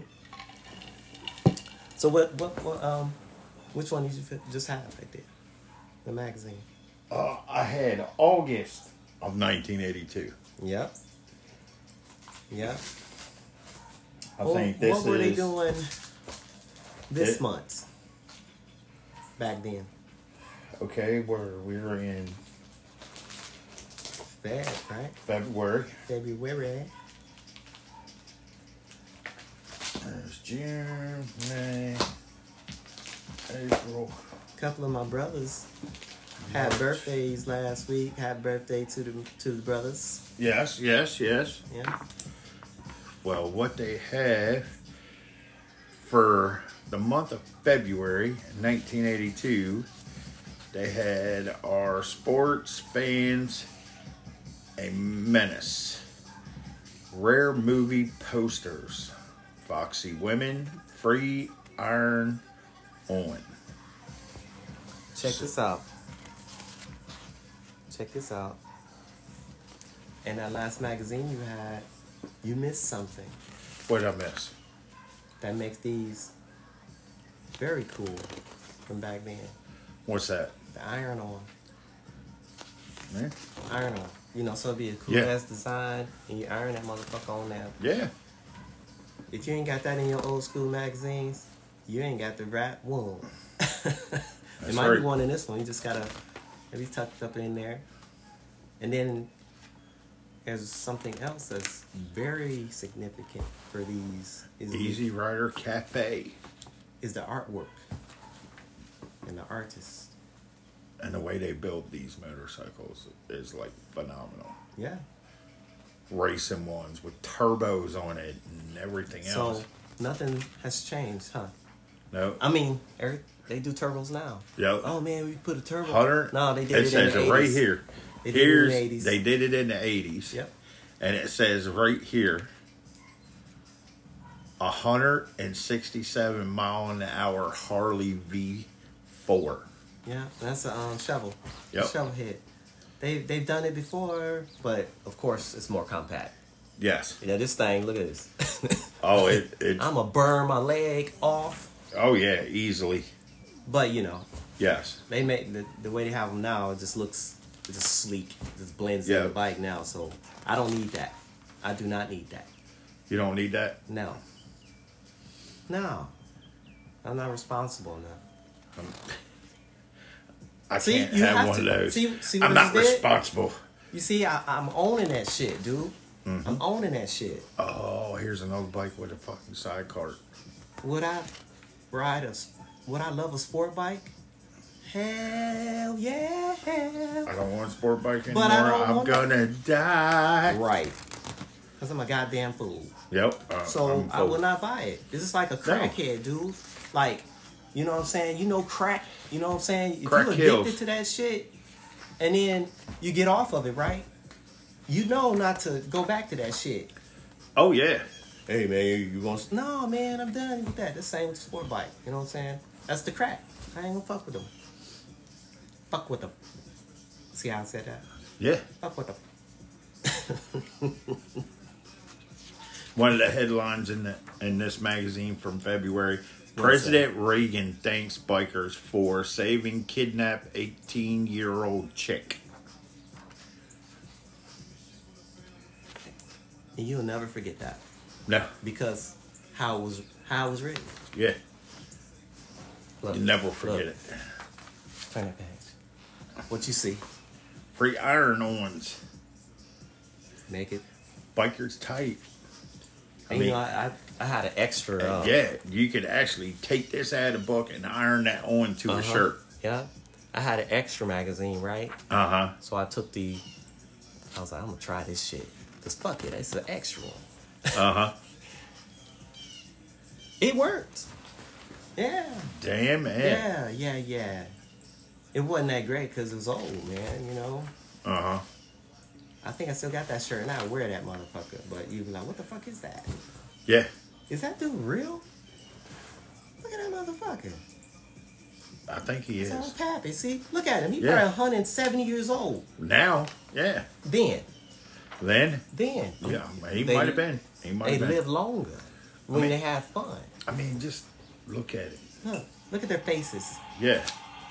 Speaker 1: So what, what? What? Um, which one did you fi- just have right there? The magazine.
Speaker 2: uh, i had august of 1982
Speaker 1: Yep. Yep.
Speaker 2: i
Speaker 1: Well,
Speaker 2: think this
Speaker 1: what were they
Speaker 2: is-
Speaker 1: doing this
Speaker 2: It-
Speaker 1: month? Back then,
Speaker 2: okay we're we're in
Speaker 1: Feb, right?
Speaker 2: february
Speaker 1: February.
Speaker 2: There's June, May, April.
Speaker 1: A couple of my brothers had
Speaker 2: March.
Speaker 1: birthdays last week. Had birthday to the to the brothers.
Speaker 2: Yes, yes, yes.
Speaker 1: Yeah.
Speaker 2: Well, what they have for the month of February 1982, they had our sports fans a menace. Rare movie posters. Foxy Women, Free Iron On.
Speaker 1: Check this out. Check this out. In that last magazine you had, you missed something
Speaker 2: What did I miss?
Speaker 1: that makes these very cool from back then.
Speaker 2: What's that?
Speaker 1: The iron on.
Speaker 2: Eh?
Speaker 1: Iron on. You know, so it'd be a cool
Speaker 2: Yeah.
Speaker 1: ass design and you iron that motherfucker on there.
Speaker 2: Yeah.
Speaker 1: If you ain't got that in your old school magazines, you ain't got the right one. it
Speaker 2: That's
Speaker 1: might
Speaker 2: right.
Speaker 1: be one in this one. You just gotta maybe tucked up in there, and then there's something else that's very significant for these is,
Speaker 2: Easy Rider Cafe
Speaker 1: is the artwork and the artist.
Speaker 2: and the way they build these motorcycles is like phenomenal.
Speaker 1: Yeah.
Speaker 2: Racing ones with turbos on it and everything
Speaker 1: So
Speaker 2: else.
Speaker 1: nothing has changed, huh?
Speaker 2: no,
Speaker 1: I mean, every, they do turbos now.
Speaker 2: Yeah.
Speaker 1: Oh man, we put a turbo.
Speaker 2: Hunter.
Speaker 1: No, they did
Speaker 2: it
Speaker 1: it, in
Speaker 2: says
Speaker 1: the
Speaker 2: it right
Speaker 1: 80s.
Speaker 2: here.
Speaker 1: They did it in
Speaker 2: Here's
Speaker 1: the 80s.
Speaker 2: they did it in the eighties.
Speaker 1: Yep.
Speaker 2: And it says right here, a hundred and sixty-seven mile an hour Harley V four.
Speaker 1: Yeah, that's a um, shovel.
Speaker 2: Yep.
Speaker 1: Shovel head. They they've done it before, but of course it's more compact.
Speaker 2: Yes.
Speaker 1: Yeah, this thing. Look at this. (laughs)
Speaker 2: Oh, it. it
Speaker 1: I'ma burn my leg off.
Speaker 2: oh yeah, easily.
Speaker 1: But you know,
Speaker 2: Yes.
Speaker 1: they make the, the way they have them now. It just looks it just sleek. It just blends in
Speaker 2: Yeah.
Speaker 1: the bike now. So I don't need that. I do not need that.
Speaker 2: You don't need that.
Speaker 1: No. No. I'm not responsible enough.
Speaker 2: I
Speaker 1: See,
Speaker 2: can't
Speaker 1: you
Speaker 2: have,
Speaker 1: have
Speaker 2: one
Speaker 1: to-
Speaker 2: of those.
Speaker 1: see- see
Speaker 2: I'm
Speaker 1: what
Speaker 2: not
Speaker 1: he did?
Speaker 2: responsible.
Speaker 1: You see, I, I'm owning that shit, dude.
Speaker 2: Mm-hmm.
Speaker 1: I'm owning that shit.
Speaker 2: Oh, here's another bike with a fucking side cart.
Speaker 1: Would I ride a? s- Would I love a sport bike? Hell yeah!
Speaker 2: I don't want a sport bike anymore.
Speaker 1: But I don't
Speaker 2: I'm
Speaker 1: want-
Speaker 2: gonna die.
Speaker 1: Right. Cause I'm a goddamn fool.
Speaker 2: Yep. uh,
Speaker 1: So
Speaker 2: I'm
Speaker 1: I will
Speaker 2: full.
Speaker 1: not buy it. This is like a crackhead, dude. Like, you know what I'm saying? You know crack. You know what I'm saying? If
Speaker 2: Crack
Speaker 1: you addicted
Speaker 2: kills.
Speaker 1: to that shit, and then you get off of it, right? You know not to go back to that shit.
Speaker 2: Oh yeah. Hey man, you want?
Speaker 1: No, man, I'm done with that. The same with sport bike. You know what I'm saying? That's the crack. I ain't gonna fuck with them. Fuck with them. See how I said that?
Speaker 2: Yeah.
Speaker 1: Fuck with them.
Speaker 2: One of the headlines in the in this magazine from February: President Reagan thanks bikers for saving kidnapped 18 year old chick.
Speaker 1: And you'll never forget that
Speaker 2: No.
Speaker 1: because how it was how it was written.
Speaker 2: Yeah.
Speaker 1: Look,
Speaker 2: You never
Speaker 1: look.
Speaker 2: forget it.
Speaker 1: Turn it page. What you see?
Speaker 2: Free iron-ons.
Speaker 1: Naked.
Speaker 2: Bikers tight. I
Speaker 1: And you
Speaker 2: mean-
Speaker 1: know, I, I I had an extra. Uh,
Speaker 2: yeah, you could actually take this out of the book and iron that on to a
Speaker 1: uh-huh.
Speaker 2: shirt.
Speaker 1: Yeah, I had an extra magazine, right?
Speaker 2: Uh huh.
Speaker 1: So I took the. I was like, I'm gonna try this shit. Cause fuck it, it's an extra one.
Speaker 2: Uh huh.
Speaker 1: It worked. Yeah.
Speaker 2: (laughs) Damn man.
Speaker 1: Yeah. Yeah. Yeah. It wasn't that great because it was old, man. You know.
Speaker 2: Uh huh.
Speaker 1: I think I still got that shirt and I wear that motherfucker. But you'd be like, what the fuck is that?
Speaker 2: Yeah.
Speaker 1: Is that dude real? Look at that motherfucker.
Speaker 2: I think he
Speaker 1: It's all
Speaker 2: is
Speaker 1: pappy. See, look at him. He's
Speaker 2: Yeah.
Speaker 1: probably 170 years old.
Speaker 2: now. Yeah.
Speaker 1: Then,
Speaker 2: Then.
Speaker 1: then
Speaker 2: Yeah, he
Speaker 1: They-
Speaker 2: might have been. He might
Speaker 1: they
Speaker 2: have been.
Speaker 1: live longer when
Speaker 2: mean-
Speaker 1: they have fun.
Speaker 2: I mean, just look at it.
Speaker 1: Look, look at their faces.
Speaker 2: Yeah,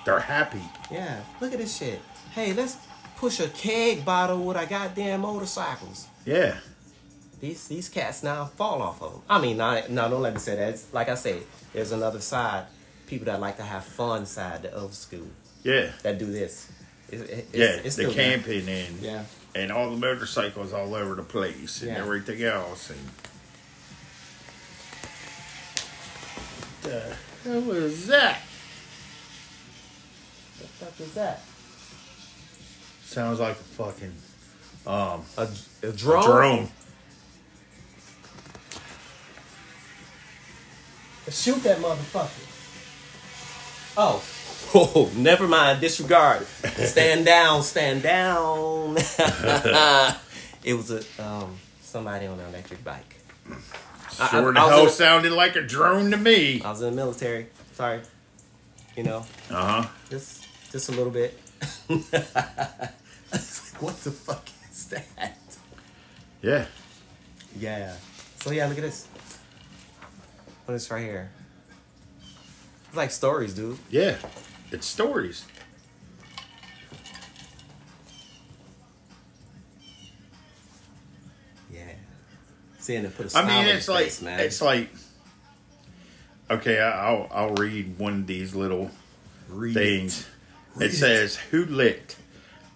Speaker 2: they're happy.
Speaker 1: Yeah, look at this shit. Hey, let's push a keg bottle with our goddamn motorcycles.
Speaker 2: Yeah,
Speaker 1: These these cats now fall off of them. I mean, no, no, don't let me say that. It's, like I said, there's another side. People that like to have fun side, the old school
Speaker 2: yeah,
Speaker 1: that do this. It, it, it's,
Speaker 2: yeah.
Speaker 1: it's
Speaker 2: the
Speaker 1: still
Speaker 2: camping and
Speaker 1: Yeah.
Speaker 2: and all the motorcycles all over the place and
Speaker 1: Yeah.
Speaker 2: everything else. And the hell was that?
Speaker 1: What the fuck is that?
Speaker 2: Sounds like a fucking
Speaker 1: A, a drone.
Speaker 2: drone.
Speaker 1: Shoot that motherfucker. Oh. (laughs) Oh, never mind. Disregard. Stand down. Stand down. (laughs) it was a um somebody on an electric bike. I-
Speaker 2: Sure the
Speaker 1: I was Uh.
Speaker 2: hell
Speaker 1: in-
Speaker 2: sounded like a drone to me.
Speaker 1: I was in the military. Sorry. You know,
Speaker 2: Uh huh.
Speaker 1: just just a little bit. (laughs) what the fuck is that?
Speaker 2: Yeah.
Speaker 1: Yeah. So yeah, look at this. What is right here? It's like stories, dude.
Speaker 2: Yeah. It's stories.
Speaker 1: Yeah. Seeing it put a smile
Speaker 2: I mean,
Speaker 1: on
Speaker 2: it's
Speaker 1: your
Speaker 2: like
Speaker 1: face, man.
Speaker 2: it's like. Okay, I- I'll I'll read one of these little
Speaker 1: Read
Speaker 2: things. It
Speaker 1: it.
Speaker 2: says, "Who lit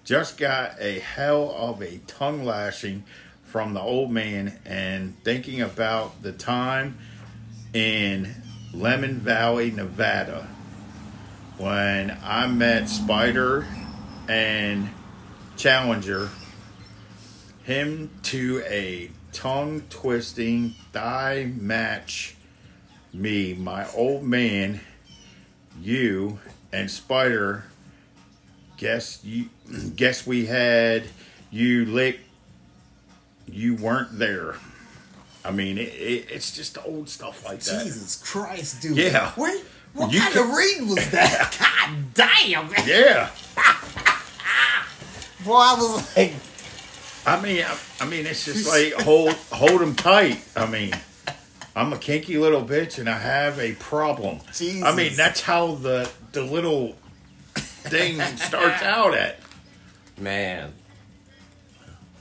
Speaker 2: just got a hell of a tongue lashing from the old man and thinking about the time in Lemon Valley, Nevada when I met Spider and Challenger. Him to a tongue twisting thigh match me, my old man, you, and Spider. Guess you (clears throat) guess we had you lick you weren't there. I mean, it, it, it's just old stuff like that.
Speaker 1: Jesus Christ, dude.
Speaker 2: Yeah.
Speaker 1: Where, what
Speaker 2: You
Speaker 1: kind
Speaker 2: can-
Speaker 1: of read
Speaker 2: (laughs)
Speaker 1: was that? God damn, man.
Speaker 2: Yeah.
Speaker 1: Boy, I was like,
Speaker 2: I mean, I, I mean, it's just like hold hold them tight. I mean, I'm a kinky little bitch, and I have a problem. I mean,
Speaker 1: Jesus.
Speaker 2: that's how the the little
Speaker 1: (laughs)
Speaker 2: thing starts out at.
Speaker 1: man.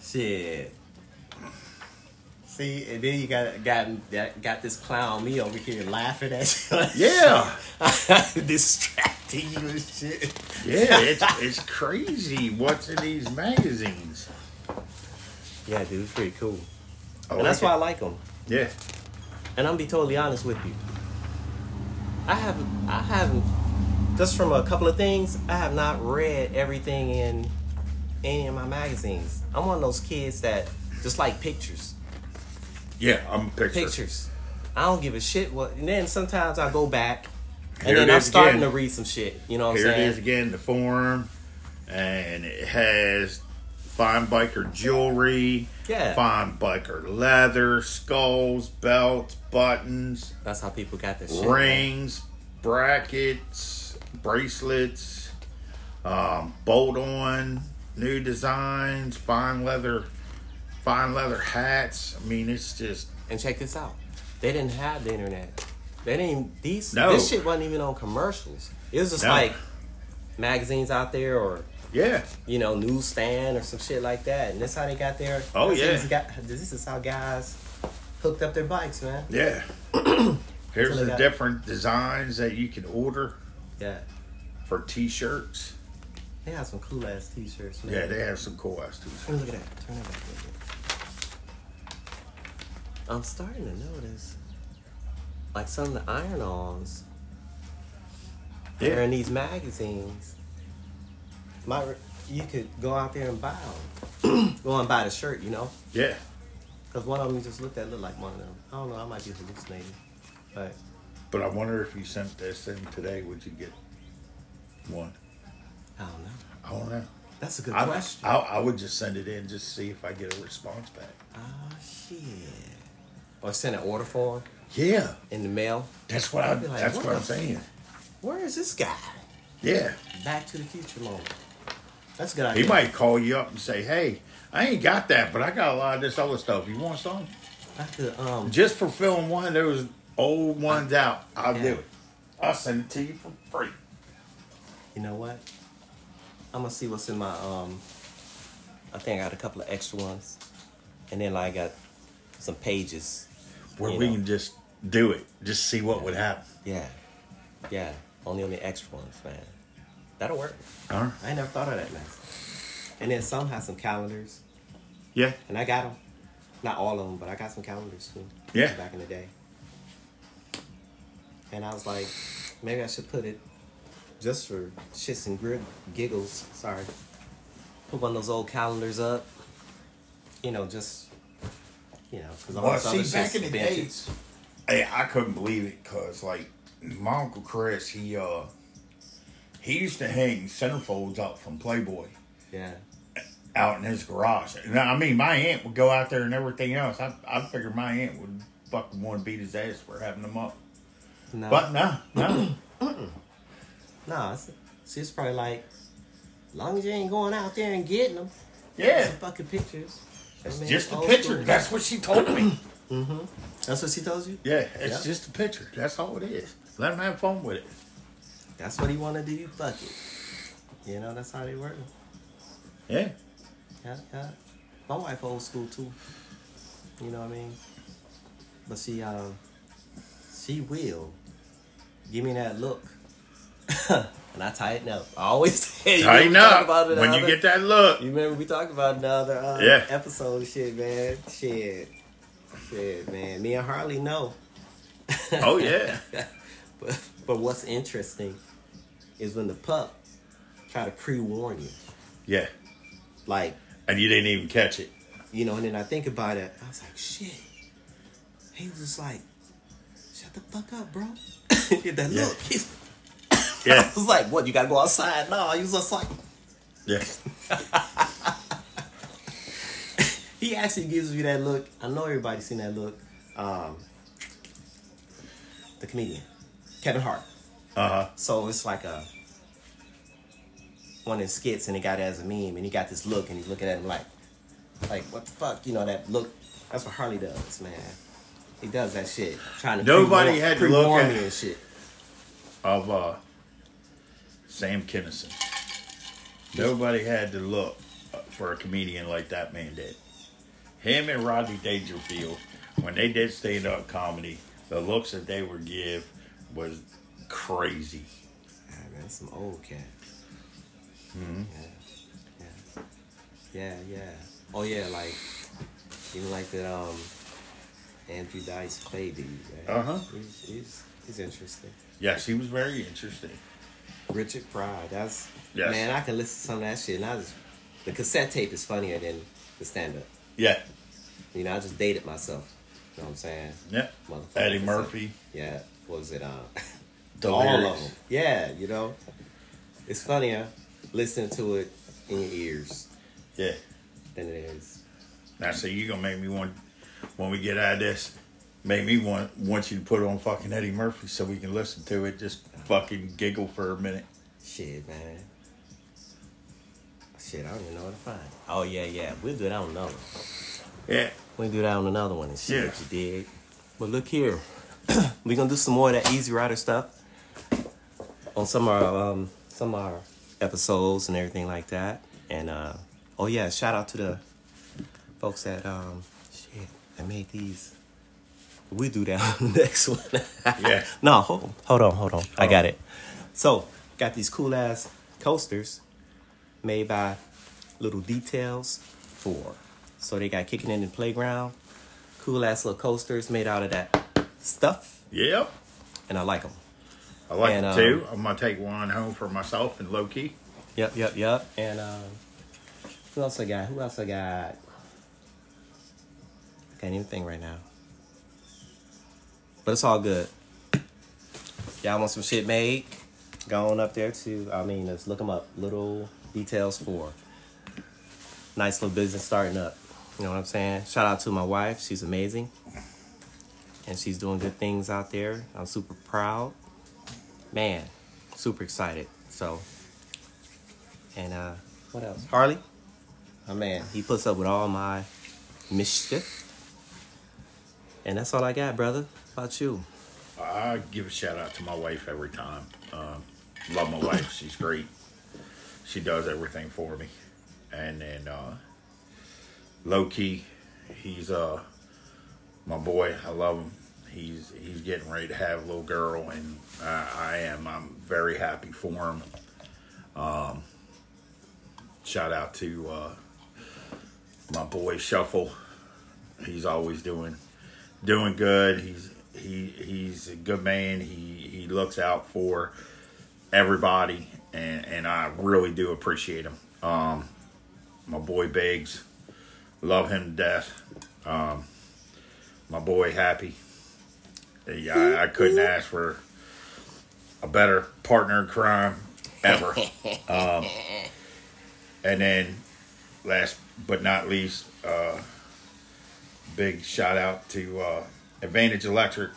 Speaker 1: Shit. See, and then you got got that got this clown me over here laughing at you. (laughs)
Speaker 2: Yeah,
Speaker 1: distracting you and shit. (laughs)
Speaker 2: yeah, it's it's crazy. What's in these magazines?
Speaker 1: Yeah, dude, it's pretty cool.
Speaker 2: I
Speaker 1: and that's
Speaker 2: like
Speaker 1: why I
Speaker 2: it.
Speaker 1: like them.
Speaker 2: Oh, Yeah,
Speaker 1: and I'm gonna be totally honest with you. I haven't, I haven't, just from a couple of things, I have not read everything in any of my magazines. I'm one of those kids that just like pictures,
Speaker 2: yeah, I'm a picture.
Speaker 1: pictures. I don't give a shit what. And then sometimes I go back, and
Speaker 2: Here
Speaker 1: then
Speaker 2: it
Speaker 1: I'm
Speaker 2: is
Speaker 1: starting
Speaker 2: again.
Speaker 1: to read some shit. You know what
Speaker 2: Here
Speaker 1: I'm
Speaker 2: it
Speaker 1: saying?
Speaker 2: is again, the form, and it has fine biker jewelry,
Speaker 1: Yeah.
Speaker 2: fine biker leather, skulls, belts, buttons,
Speaker 1: That's how people got this shit. man.
Speaker 2: rings, brackets, bracelets, um, bolt on, new designs, fine leather, fine leather hats. I mean, it's just
Speaker 1: And check this out. They didn't have the internet. They didn't even, these
Speaker 2: No.
Speaker 1: this shit wasn't even on commercials. It was just
Speaker 2: No.
Speaker 1: like magazines out there or
Speaker 2: yeah,
Speaker 1: you know, newsstand or some shit like that. And that's how they got there.
Speaker 2: Oh,
Speaker 1: That's how
Speaker 2: yeah.
Speaker 1: these guy- this is how guys hooked up their bikes, man. (clears throat)
Speaker 2: yeah. Here's
Speaker 1: Until they
Speaker 2: the
Speaker 1: got-
Speaker 2: different designs that you can order
Speaker 1: Yeah.
Speaker 2: for t-shirts.
Speaker 1: They have some cool ass t shirts, man.
Speaker 2: Yeah, they have some cool ass t-shirts.
Speaker 1: Turn- Look at that. Turn it back a little bit. I'm starting to notice like some of the iron ons
Speaker 2: Yeah.
Speaker 1: are in these magazines. My you could go out there and buy them. (clears throat) go and buy the shirt, you know?
Speaker 2: Yeah.
Speaker 1: Because one of them you just looked at looked like one of them. I don't know, I might be hallucinating. But
Speaker 2: But I wonder if you sent this in today, would you get one?
Speaker 1: I don't know.
Speaker 2: I don't know.
Speaker 1: That's a good
Speaker 2: I,
Speaker 1: question.
Speaker 2: I, I would just send it in just to see if I get a response back.
Speaker 1: oh shit. Or send an order form
Speaker 2: Yeah.
Speaker 1: in the mail.
Speaker 2: That's what I
Speaker 1: I'd be like,
Speaker 2: that's
Speaker 1: what
Speaker 2: what I'm
Speaker 1: the-
Speaker 2: saying.
Speaker 1: Where is this guy?
Speaker 2: Yeah.
Speaker 1: Back to the future moment. That's a good idea.
Speaker 2: He might call you up and say, Hey, I ain't got that, but I got a lot of this other stuff. You want some?
Speaker 1: I could um
Speaker 2: Just for filling one of those old ones out, I'll do
Speaker 1: Yeah.
Speaker 2: it. I'll send it to you for free.
Speaker 1: you know what? I'm gonna see what's in my um I think I got a couple of extra ones. And then like, I got some pages.
Speaker 2: Where
Speaker 1: You
Speaker 2: we
Speaker 1: know.
Speaker 2: can just do it. Just see what would happen.
Speaker 1: Yeah. Yeah. Only on the extra ones, man. That'll work.
Speaker 2: All right.
Speaker 1: I ain't never thought of that, man. And then some have some calendars.
Speaker 2: Yeah.
Speaker 1: And I got them. Not all of them, but I got some calendars too.
Speaker 2: Yeah.
Speaker 1: Back in the day. And I was like, maybe I should put it just for shits and gri- giggles. Sorry. Put one of those old calendars up. You know, just, you know, because all
Speaker 2: Well,
Speaker 1: this other
Speaker 2: see, back
Speaker 1: shit's
Speaker 2: in the
Speaker 1: vintage.
Speaker 2: days, hey, I couldn't believe it because, like, my uncle Chris, he uh, he used to hang centerfolds up from Playboy
Speaker 1: Yeah.
Speaker 2: out in his garage. And I mean, my aunt would go out there and everything else. I I figured my aunt would fucking want to beat his ass for having them up,
Speaker 1: No.
Speaker 2: but no,
Speaker 1: (clears throat)
Speaker 2: no,
Speaker 1: no, it's, she's probably like, long as you ain't going out there and getting them.
Speaker 2: yeah,
Speaker 1: Some fucking pictures.
Speaker 2: it's
Speaker 1: I mean,
Speaker 2: just a
Speaker 1: old
Speaker 2: picture.
Speaker 1: school.
Speaker 2: That's what she
Speaker 1: (clears throat)
Speaker 2: told me.
Speaker 1: That's what she tells you?
Speaker 2: Yeah, it's
Speaker 1: Yeah.
Speaker 2: just a picture. That's all it is. Let him have fun with it.
Speaker 1: That's what he want to do. Fuck it. You know, that's how they work.
Speaker 2: Yeah,
Speaker 1: Yeah, yeah. My wife old school too. You know what I mean? But she, um, she (laughs) will give me that look, and I tighten up. I always, (laughs)
Speaker 2: Tighten up
Speaker 1: about it
Speaker 2: when you
Speaker 1: either.
Speaker 2: get that look.
Speaker 1: You remember we talked about it the other uh,
Speaker 2: Yeah.
Speaker 1: episode and shit, man. Shit. Shit, man. Me and Harley know. (laughs)
Speaker 2: Oh yeah,
Speaker 1: But, but what's interesting is when the pup try to pre-warn you.
Speaker 2: yeah,
Speaker 1: Like,
Speaker 2: and you didn't even catch it.
Speaker 1: you know, and then I think about it, I was like, shit. He was just like, shut the fuck up, bro. (laughs) Did that
Speaker 2: Yeah.
Speaker 1: look. He's,
Speaker 2: Yeah,
Speaker 1: I was like, what, you gotta go outside? No, he was just like,
Speaker 2: yeah,
Speaker 1: he actually gives you that look. I know everybody's seen that look. Um, the comedian, Kevin Hart.
Speaker 2: uh huh,
Speaker 1: So it's like a one of his skits, and he got it as a meme, and he got this look, and he's looking at him like, like what the fuck, you know that look? That's what Harley does, man. He does that shit, trying to
Speaker 2: Nobody
Speaker 1: pre-warn-
Speaker 2: had to look
Speaker 1: pre-warn
Speaker 2: at-
Speaker 1: me and shit.
Speaker 2: of uh, Sam Kinison. Nobody had to look for a comedian like that man did. Him and Rodney Dangerfield, when they did stand up comedy, the looks that they would give was crazy.
Speaker 1: Ah, man, that's some old cat.
Speaker 2: Hmm.
Speaker 1: Yeah. Yeah. Yeah, yeah. Oh yeah, like even like that um Andrew Dice Clay dude, right?
Speaker 2: Uh-huh.
Speaker 1: He's, he's he's interesting.
Speaker 2: Yes, he was very interesting.
Speaker 1: Richard Pryor, that's
Speaker 2: Yes.
Speaker 1: man, I can listen to some of that shit and I just the cassette tape is funnier than the stand up.
Speaker 2: Yeah,
Speaker 1: You know, I just dated myself. You know what I'm saying?
Speaker 2: yeah.
Speaker 1: Motherfucker.
Speaker 2: Eddie Murphy.
Speaker 1: Yeah. What was it um
Speaker 2: (laughs) The
Speaker 1: all of
Speaker 2: lyrics.
Speaker 1: them. Yeah, you know, it's funnier listening to it in your ears
Speaker 2: Yeah.
Speaker 1: than it is.
Speaker 2: Now, see, you gonna make me want when we get out of this, make me want want you to put on fucking Eddie Murphy so we can listen to it, just fucking giggle for a minute.
Speaker 1: Shit, man. Shit, I don't even know what to find. Oh yeah, yeah, we'll do it on another. one.
Speaker 2: Yeah,
Speaker 1: We'll do that on another one and shit.
Speaker 2: Yeah.
Speaker 1: You dig? But look here, (clears throat) we gonna do some more of that Easy Rider stuff on some of our um, some of our episodes and everything like that. And uh, oh yeah, shout out to the folks that um, shit that made these. We do that (laughs) on the next one.
Speaker 2: Yeah.
Speaker 1: (laughs) No, hold, hold on, hold on. I got it. So got these cool ass coasters made by Little Details Four. So they got kicking in the playground. Cool ass little coasters made out of that stuff,
Speaker 2: yep.
Speaker 1: and I like them.
Speaker 2: I like
Speaker 1: And,
Speaker 2: it too. I'm gonna take one home for myself and low key.
Speaker 1: Yep, yep, yep. And um, who else I got? Who else I got? I can't even think right now. But it's all good. Y'all want some shit made? Go on up there to, I mean, let's look them up. Little details for. Nice little business starting up. You know what I'm saying? Shout out to my wife. She's amazing. And she's doing good things out there. I'm super proud. Man, super excited. So and uh, what else? Harley. My man, he puts up with all my mischief. And that's all I got, brother. How about you?
Speaker 2: I give a shout out to my wife every time. Um, love my wife. She's great. She does everything for me. And then uh, low key, he's uh my boy. I love him. He's he's getting ready to have a little girl, and I, I am. I'm very happy for him. Um, shout out to uh, my boy Shuffle. He's always doing doing good. He's he he's a good man. He he looks out for everybody, and and I really do appreciate him. Um, my boy Biggs, love him to death. Um, my boy Happy. Yeah, I, I couldn't ask for a better partner in crime ever. um, and then last but not least, uh, big shout out to uh, Advantage Electric.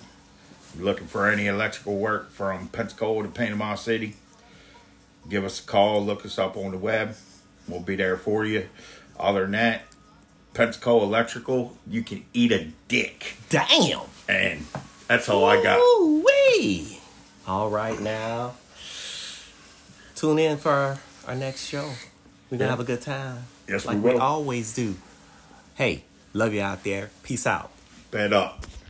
Speaker 2: Looking for any electrical work from Pensacola to Panama City? Give us a call. Look us up on the web. We'll be there for you. Other than that, Pensacola Electrical, you can eat a dick,
Speaker 1: Damn.
Speaker 2: and that's all I got.
Speaker 1: Ooh-wee. All right now. Tune in for our, our next show. We're gonna
Speaker 2: Yeah.
Speaker 1: have a good time.
Speaker 2: Yes, we
Speaker 1: like
Speaker 2: will.
Speaker 1: always do. Hey, love you out there. Peace out.
Speaker 2: Bed up.